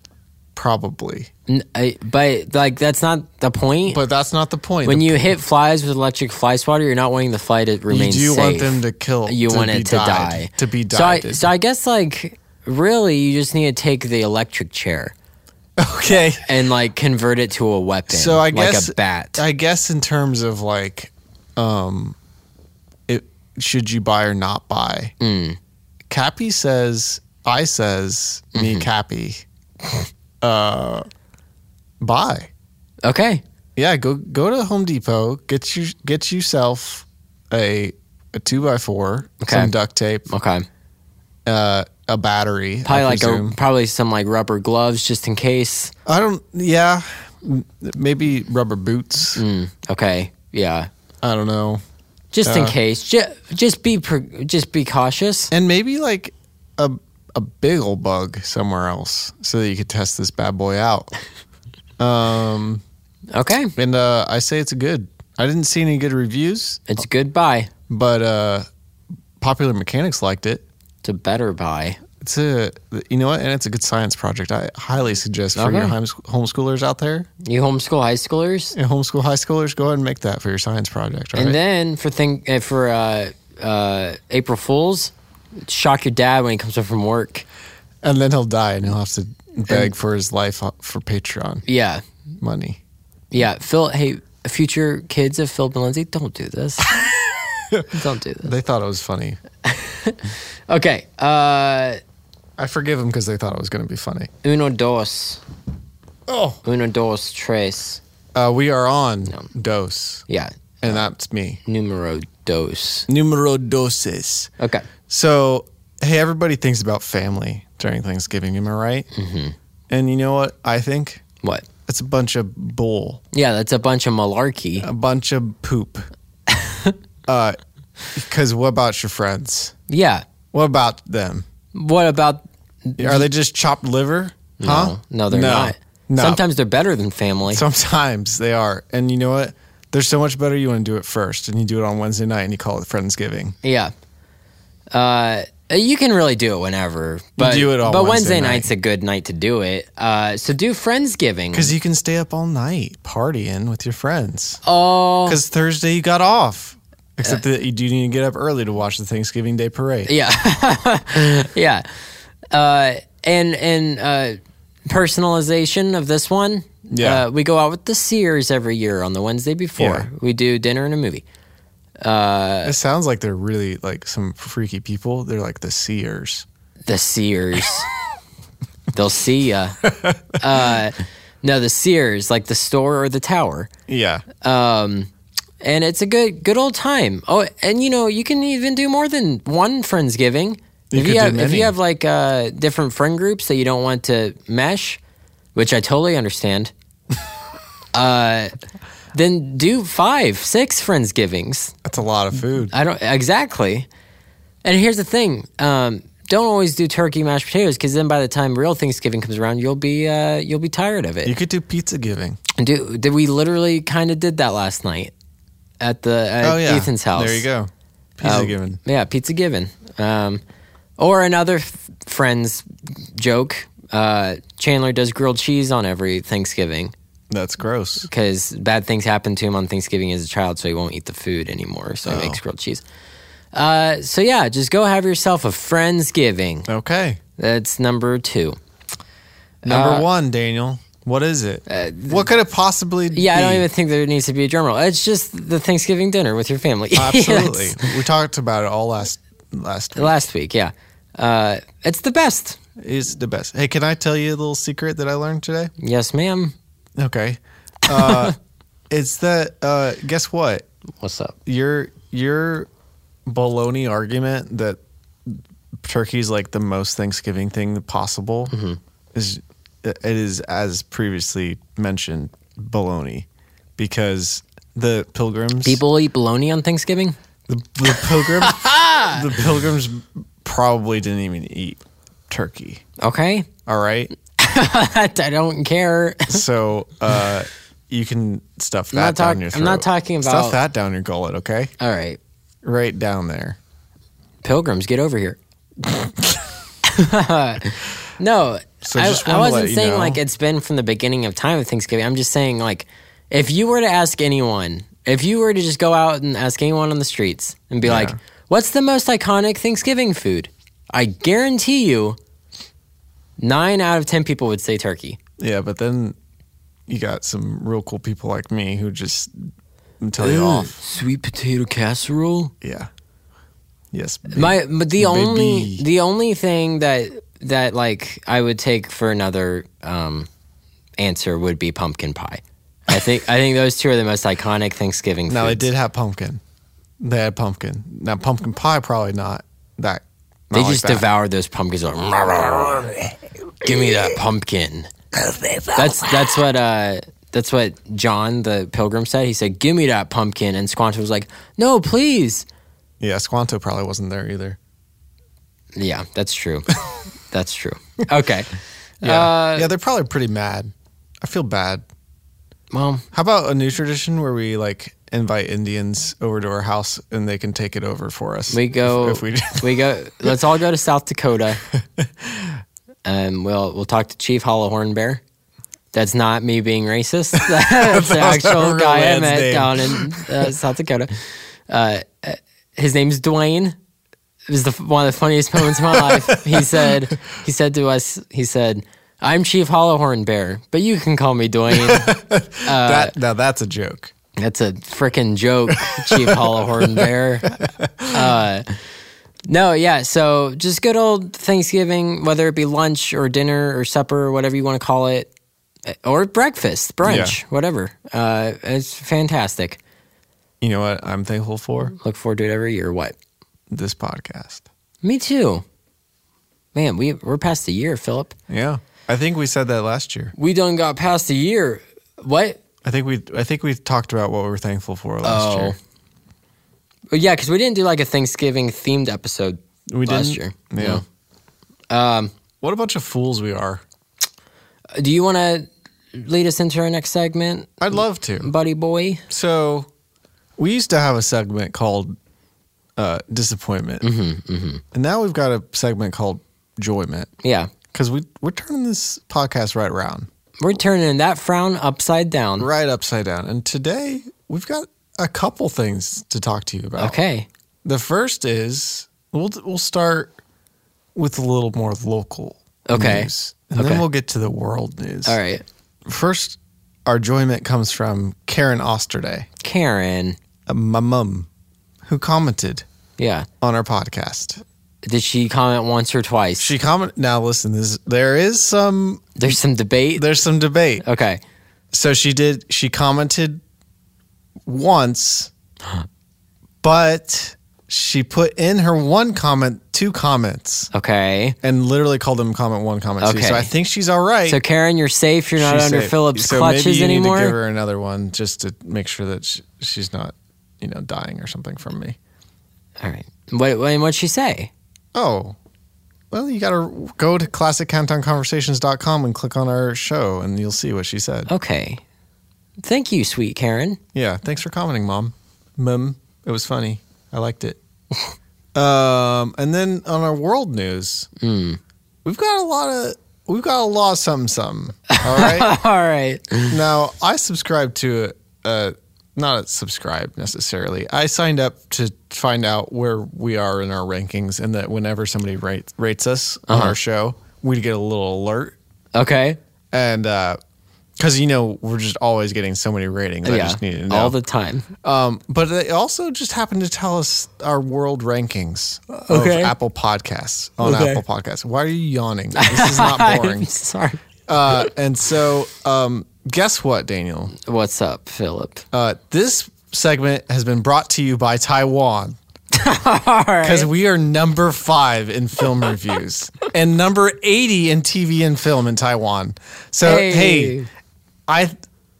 Speaker 2: probably.
Speaker 1: N- I- but like that's not the point.
Speaker 2: But that's not the point.
Speaker 1: when
Speaker 2: The
Speaker 1: you hit flies with electric fly swatter, you're not wanting the fly to remain
Speaker 2: you do
Speaker 1: safe.
Speaker 2: want them to kill.
Speaker 1: you
Speaker 2: to
Speaker 1: want
Speaker 2: be
Speaker 1: it to
Speaker 2: dyed-
Speaker 1: die
Speaker 2: To be
Speaker 1: So I,
Speaker 2: died.
Speaker 1: so I guess like really, you just need to take the electric chair
Speaker 2: okay.
Speaker 1: and like convert it to a weapon.
Speaker 2: So I guess
Speaker 1: like a bat.
Speaker 2: I guess in terms of like, um, it should you buy or not buy?
Speaker 1: Mm. Mm-hmm.
Speaker 2: Cappy says, I says, me Cappy. uh, buy.
Speaker 1: Okay.
Speaker 2: Yeah, go go to Home Depot, get you get yourself a a two by four,
Speaker 1: Okay.
Speaker 2: some duct tape,
Speaker 1: Okay.
Speaker 2: uh, a battery. I
Speaker 1: Probably like a,
Speaker 2: presume.
Speaker 1: probably some like rubber gloves just in case.
Speaker 2: I don't. Yeah, m- maybe rubber boots.
Speaker 1: Mm, okay. Yeah.
Speaker 2: I don't know,
Speaker 1: Just
Speaker 2: Uh.
Speaker 1: in case. Just, just be pre- just be cautious.
Speaker 2: and maybe like a a big old bug somewhere else, so that you could test this bad boy out.
Speaker 1: Okay.
Speaker 2: And uh, I say it's a good. I didn't see any good reviews,
Speaker 1: It's a good buy.
Speaker 2: but uh, Popular Mechanics liked it.
Speaker 1: It's a better buy.
Speaker 2: It's a you know what, and it's a good science project. I highly suggest for your
Speaker 1: Okay.
Speaker 2: homes- homeschoolers out there,
Speaker 1: You homeschool high schoolers,
Speaker 2: and homeschool high schoolers, go ahead and make that for your science project. All right?
Speaker 1: and then for thing uh, for uh, uh, April Fools, shock your dad when he comes home from work.
Speaker 2: and then he'll die, and he'll have to beg for his life o- for Patreon
Speaker 1: Yeah,
Speaker 2: money.
Speaker 1: yeah. Phil, hey, future kids of Phil and Lindsay, don't do this. don't do this.
Speaker 2: They thought it was funny.
Speaker 1: Okay. Uh,
Speaker 2: I forgive them because they thought it was going to be funny.
Speaker 1: uno dos,
Speaker 2: Oh,
Speaker 1: uno dos tres.
Speaker 2: uh, we are on dose,
Speaker 1: Yeah,
Speaker 2: and that's me.
Speaker 1: numero dos.
Speaker 2: Numero doses.
Speaker 1: Okay.
Speaker 2: So, hey, everybody thinks about family during Thanksgiving. Am I right? Mm-hmm. And you know what? I think
Speaker 1: What?
Speaker 2: it's a bunch of bull,
Speaker 1: Yeah, that's a bunch of malarkey.
Speaker 2: a bunch of poop. Because what about your friends?
Speaker 1: Yeah.
Speaker 2: What about them?
Speaker 1: What about?
Speaker 2: Are they just chopped liver? No, huh?
Speaker 1: No, they're not.
Speaker 2: No.
Speaker 1: Sometimes they're better than family.
Speaker 2: Sometimes they are. And you know what? They're so much better. You want to do it first, and you do it on Wednesday night, and you call it Friendsgiving.
Speaker 1: Yeah. Uh, you can really do it whenever, but
Speaker 2: do it on
Speaker 1: but
Speaker 2: Wednesday
Speaker 1: Wednesday
Speaker 2: night.
Speaker 1: night's a good night to do it. Uh, so do friendsgiving.
Speaker 2: Because you can stay up all night partying with your friends.
Speaker 1: Oh, Uh.
Speaker 2: Because Thursday you got off. Except that you do need to get up early to watch the Thanksgiving Day parade.
Speaker 1: yeah, yeah. Uh, and and uh, personalization of this one.
Speaker 2: Yeah.
Speaker 1: uh, we go out with the Sears every year on the Wednesday before.
Speaker 2: Yeah.
Speaker 1: We do dinner and a movie.
Speaker 2: it sounds like they're really like some freaky people. They're like the seers.
Speaker 1: The Sears. They'll see ya. Uh, no, the Sears, like the store or the tower.
Speaker 2: Yeah.
Speaker 1: um, and it's a good good old time. Oh, and you know you can even do more than one friendsgiving.
Speaker 2: You
Speaker 1: if
Speaker 2: could
Speaker 1: you
Speaker 2: do
Speaker 1: have if
Speaker 2: many.
Speaker 1: you have like uh, different friend groups that you don't want to mesh, which I totally understand. uh, then do five, six friendsgivings.
Speaker 2: That's a lot
Speaker 1: Mm.
Speaker 2: of food.
Speaker 1: I don't exactly. And here's the thing: um, don't always do turkey mashed potatoes because then by the time real Thanksgiving comes around, you'll be uh, you'll be tired of it.
Speaker 2: You could do pizza giving.
Speaker 1: Do did we literally kind of did that last night at the at
Speaker 2: oh yeah.
Speaker 1: Ethan's house?
Speaker 2: There you go. Pizza
Speaker 1: Uh,
Speaker 2: giving.
Speaker 1: Yeah, pizza given. Um, or another f- friend's joke. Uh, Chandler does grilled cheese on every Thanksgiving
Speaker 2: That's gross.
Speaker 1: because bad things happened to him on Thanksgiving as a child, so he won't eat the food anymore. So he
Speaker 2: Oh.
Speaker 1: makes grilled cheese. Uh, so yeah, just go have yourself a friendsgiving.
Speaker 2: Okay.
Speaker 1: That's number two.
Speaker 2: Number
Speaker 1: Uh,
Speaker 2: one, Daniel. What is it? what could it possibly be?
Speaker 1: Yeah, I don't even think there needs to be a drum roll. It's just the Thanksgiving dinner with your family.
Speaker 2: Absolutely.
Speaker 1: That's-
Speaker 2: we talked about it all last last week.
Speaker 1: last week. Yeah, uh, it's the best.
Speaker 2: It's the best. Hey, can I tell you a little secret that I learned today?
Speaker 1: Yes, ma'am.
Speaker 2: Okay. Uh, it's that uh, guess what?
Speaker 1: What's up?
Speaker 2: Your your baloney argument that turkey's like the most Thanksgiving thing possible
Speaker 1: Mm-hmm.
Speaker 2: is it is as previously mentioned baloney because the pilgrims
Speaker 1: People eat bologna on Thanksgiving.
Speaker 2: the, the pilgrims the pilgrims probably didn't even eat turkey.
Speaker 1: Okay,
Speaker 2: All right.
Speaker 1: I don't care.
Speaker 2: So uh, you can stuff that
Speaker 1: not
Speaker 2: down
Speaker 1: talk-
Speaker 2: your throat.
Speaker 1: I'm not talking
Speaker 2: stuff
Speaker 1: about-
Speaker 2: that down your gullet, okay?
Speaker 1: All right,
Speaker 2: Right down there.
Speaker 1: pilgrims, get over here. no,
Speaker 2: So
Speaker 1: I,
Speaker 2: just
Speaker 1: I
Speaker 2: wanted to
Speaker 1: wasn't
Speaker 2: let you
Speaker 1: saying
Speaker 2: know.
Speaker 1: like it's been from the beginning of time of Thanksgiving. I'm just saying like if you were to ask anyone, if you were to just go out and ask anyone on the streets and be like, "What's the most iconic Thanksgiving food?" I guarantee you, nine out of ten people would say turkey.
Speaker 2: Yeah, but then you got some real cool people like me who just tell you off.
Speaker 1: Sweet potato casserole.
Speaker 2: Yeah. Yes.
Speaker 1: My but the only
Speaker 2: Baby.
Speaker 1: the only thing that that like I would take for another um answer would be pumpkin pie. I think I think those two are the most iconic Thanksgiving.
Speaker 2: Now they
Speaker 1: foods.
Speaker 2: did have pumpkin. They had pumpkin. Now pumpkin pie probably not that. not
Speaker 1: They
Speaker 2: like
Speaker 1: just
Speaker 2: that.
Speaker 1: devoured those pumpkins. Like, "Rah, rah, rah, rah. Give me that pumpkin. That's that's what uh, that's what John the Pilgrim said. He said, "Give me that pumpkin," and Squanto was like, "No, please."
Speaker 2: Yeah, Squanto probably wasn't there either.
Speaker 1: Yeah, that's true. that's true. Okay.
Speaker 2: Yeah,
Speaker 1: Uh,
Speaker 2: yeah, they're probably pretty mad. I feel bad.
Speaker 1: Well,
Speaker 2: How about a new tradition where we like invite Indians over to our house and they can take it over for us?
Speaker 1: we go.
Speaker 2: If, if we
Speaker 1: we go. Let's all go to South Dakota. Um, we'll we'll talk to Chief Hollow Horn Bear. That's not me being racist. That's the
Speaker 2: That's not a
Speaker 1: actual
Speaker 2: real
Speaker 1: guy I
Speaker 2: man's
Speaker 1: met
Speaker 2: name.
Speaker 1: down in uh, South Dakota. Uh, uh, his name's Dwayne. It was the, f- one of the funniest moments of my life. He said he said to us, he said, "I'm Chief Hollow Horn Bear, but you can call me Dwayne." uh,
Speaker 2: that now that's a joke.
Speaker 1: That's a freaking joke, Chief Hollowhorn Bear. Uh, no, yeah. So just good old Thanksgiving, whether it be lunch or dinner or supper, whatever you want to call it, eh, or breakfast, brunch,
Speaker 2: Yeah.
Speaker 1: whatever. Uh, it's fantastic.
Speaker 2: You know what I'm thankful for?
Speaker 1: Look forward to it every year. What?
Speaker 2: This podcast.
Speaker 1: Me too. Man, we we're past the year, Philip.
Speaker 2: Yeah. I think we said that last year.
Speaker 1: We done got past the year. What?
Speaker 2: I think we I think we talked about what we were thankful for last
Speaker 1: Oh.
Speaker 2: year.
Speaker 1: Well, yeah, because we didn't do like a Thanksgiving themed episode
Speaker 2: We
Speaker 1: last
Speaker 2: didn't?
Speaker 1: year. Um,
Speaker 2: Yeah. Um what a bunch of fools we are.
Speaker 1: Do you want to lead us into our next segment,
Speaker 2: I'd love to.
Speaker 1: buddy boy?
Speaker 2: So we used to have a segment called uh, disappointment.
Speaker 1: Mm-hmm,
Speaker 2: And now we've got a segment called joyment.
Speaker 1: Yeah.
Speaker 2: Because we we're turning this podcast right around.
Speaker 1: We're turning that frown upside down.
Speaker 2: Right upside down. And today we've got a couple things to talk to you about.
Speaker 1: Okay.
Speaker 2: The first is we'll we'll start with a little more local
Speaker 1: Okay.
Speaker 2: news, and
Speaker 1: Okay.
Speaker 2: then we'll get to the world news.
Speaker 1: All right.
Speaker 2: First, our enjoyment comes from Karen Osterday,
Speaker 1: Karen.
Speaker 2: uh, my mum, who commented
Speaker 1: Yeah.
Speaker 2: on our podcast.
Speaker 1: Did she comment once or twice?
Speaker 2: She comment now. Listen, this, there is some
Speaker 1: There's some debate.
Speaker 2: there's some debate.
Speaker 1: okay.
Speaker 2: So she did. She commented once, but she put in her one comment two comments.
Speaker 1: Okay.
Speaker 2: and literally called him comment one, comment two.
Speaker 1: Okay.
Speaker 2: So I think she's all right.
Speaker 1: So Karen, you're safe. You're not
Speaker 2: She's
Speaker 1: under
Speaker 2: safe.
Speaker 1: Phillips'
Speaker 2: so
Speaker 1: clutches
Speaker 2: maybe you
Speaker 1: anymore.
Speaker 2: Need to give her another one just to make sure that sh she's not, you know, dying or something from me.
Speaker 1: All right. What? what- What'd she say?
Speaker 2: Oh, well, you got to go to classiccountdownconversations.com and click on our show, and you'll see what she said.
Speaker 1: Okay. Thank you, sweet Karen.
Speaker 2: Yeah, thanks for commenting, mom. Mum, it was funny. I liked it. um, and then on our world news, we've got a lot of we've got a lot of something something. All right.
Speaker 1: All right.
Speaker 2: Now, I subscribe to a, a not subscribe necessarily. I signed up to find out where we are in our rankings, and that whenever somebody rate, rates us
Speaker 1: Uh-huh.
Speaker 2: on our show, we get a little alert.
Speaker 1: Okay.
Speaker 2: And because you know we're just always getting so many ratings, I
Speaker 1: yeah.
Speaker 2: just needed to know.
Speaker 1: All the time.
Speaker 2: um, but they also just happened to tell us our world rankings
Speaker 1: Okay.
Speaker 2: of Apple Podcasts on
Speaker 1: Okay.
Speaker 2: Apple Podcasts. Why are you yawning? This is not
Speaker 1: I'm
Speaker 2: boring.
Speaker 1: sorry.
Speaker 2: uh, and so, um, guess what, Daniel?
Speaker 1: What's up, Philip?
Speaker 2: Uh, this segment has been brought to you by Taiwan
Speaker 1: All right.
Speaker 2: because we are number five in film reviews and number 80 in TV and film in Taiwan. So, hey,
Speaker 1: Hey.
Speaker 2: I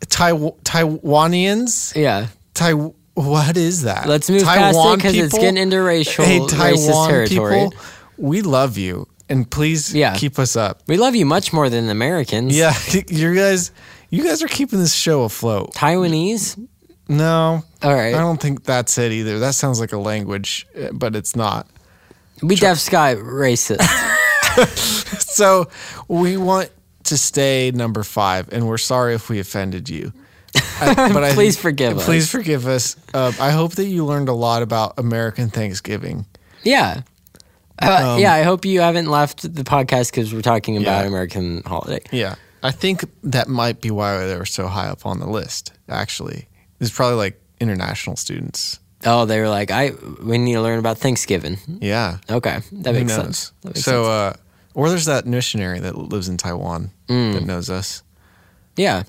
Speaker 2: Taiw- Taiwanians,
Speaker 1: Yeah.
Speaker 2: Tai, what is that?
Speaker 1: Let's move past it 'cause it's getting into racial- racist territory.
Speaker 2: People, we love you and please
Speaker 1: Yeah.
Speaker 2: keep us up.
Speaker 1: We love you much more than Americans.
Speaker 2: Yeah, you guys, you guys are keeping this show afloat.
Speaker 1: Taiwanese?
Speaker 2: No.
Speaker 1: All right.
Speaker 2: I don't think that's it either. That sounds like a language, uh, but it's not.
Speaker 1: We def sky racist.
Speaker 2: So we want to stay number five, and we're sorry if we offended you. I- but I-
Speaker 1: Please forgive us.
Speaker 2: Please forgive us. Uh, I hope that you learned a lot about American Thanksgiving.
Speaker 1: yeah. Uh, yeah, I hope you haven't left the podcast because we're talking about
Speaker 2: Um, Yeah.
Speaker 1: American holiday.
Speaker 2: Yeah. I think that might be why they were so high up on the list, actually. It's probably like international students.
Speaker 1: Oh, they were like, I we need to learn about Thanksgiving.
Speaker 2: Yeah.
Speaker 1: Okay, that
Speaker 2: Who
Speaker 1: makes sense.
Speaker 2: knows?
Speaker 1: That makes Mm.
Speaker 2: So, uh, or there's that missionary that lives in Taiwan that knows us.
Speaker 1: Yeah.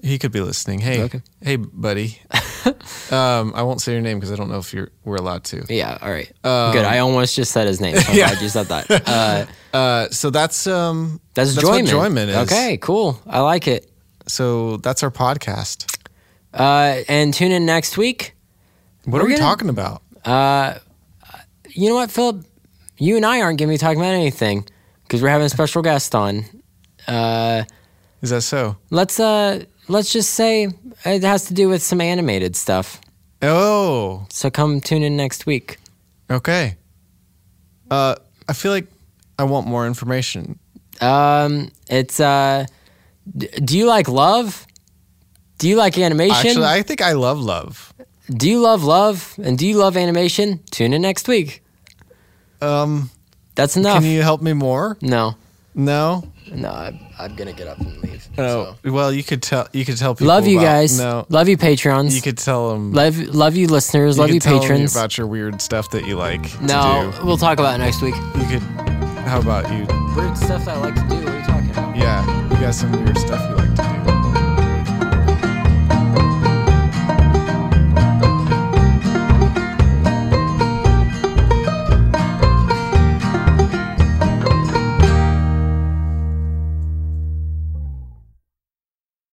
Speaker 2: He could be listening. Hey,
Speaker 1: Okay.
Speaker 2: hey, buddy. um, I won't say your name because I don't know if you're we're allowed to.
Speaker 1: Yeah. All right. Good. I almost just said his name. So I'm
Speaker 2: Um, Yeah.
Speaker 1: glad you said that. Uh,
Speaker 2: Uh, so that's um,
Speaker 1: that's
Speaker 2: what
Speaker 1: enjoyment.
Speaker 2: Joyman is.
Speaker 1: Okay. Cool. I like it.
Speaker 2: So that's our podcast.
Speaker 1: Uh, and tune in next week.
Speaker 2: What are
Speaker 1: We're
Speaker 2: we
Speaker 1: gonna-
Speaker 2: talking about?
Speaker 1: You know what, Philip? You and I aren't going to be talking about anything because we're having a special guest on. Uh,
Speaker 2: Is that so?
Speaker 1: Let's uh, let's just say it has to do with some animated stuff.
Speaker 2: Oh,
Speaker 1: So come tune in next week.
Speaker 2: okay. Uh, I feel like I want more information.
Speaker 1: Um, it's uh, d- do you like love? Do you like animation?
Speaker 2: Actually, I think I love love.
Speaker 1: do you love love? And do you love animation? Tune in next week.
Speaker 2: Um,
Speaker 1: That's enough.
Speaker 2: Can you help me more?
Speaker 1: no,
Speaker 2: No.
Speaker 1: no, I'm, I'm gonna get up and leave.
Speaker 2: No. Well, you could tell. You could tell people.
Speaker 1: Love you
Speaker 2: about-
Speaker 1: guys.
Speaker 2: No.
Speaker 1: Love you patrons.
Speaker 2: You could tell them.
Speaker 1: love love you listeners. love
Speaker 2: could
Speaker 1: you
Speaker 2: tell 'em
Speaker 1: patrons.
Speaker 2: about your weird stuff that you like. to
Speaker 1: No,
Speaker 2: do.
Speaker 1: we'll talk about it next week.
Speaker 2: You could. How about you?
Speaker 1: Weird stuff I like to do. What are you talking about?
Speaker 2: Yeah. You got some weird stuff you like. to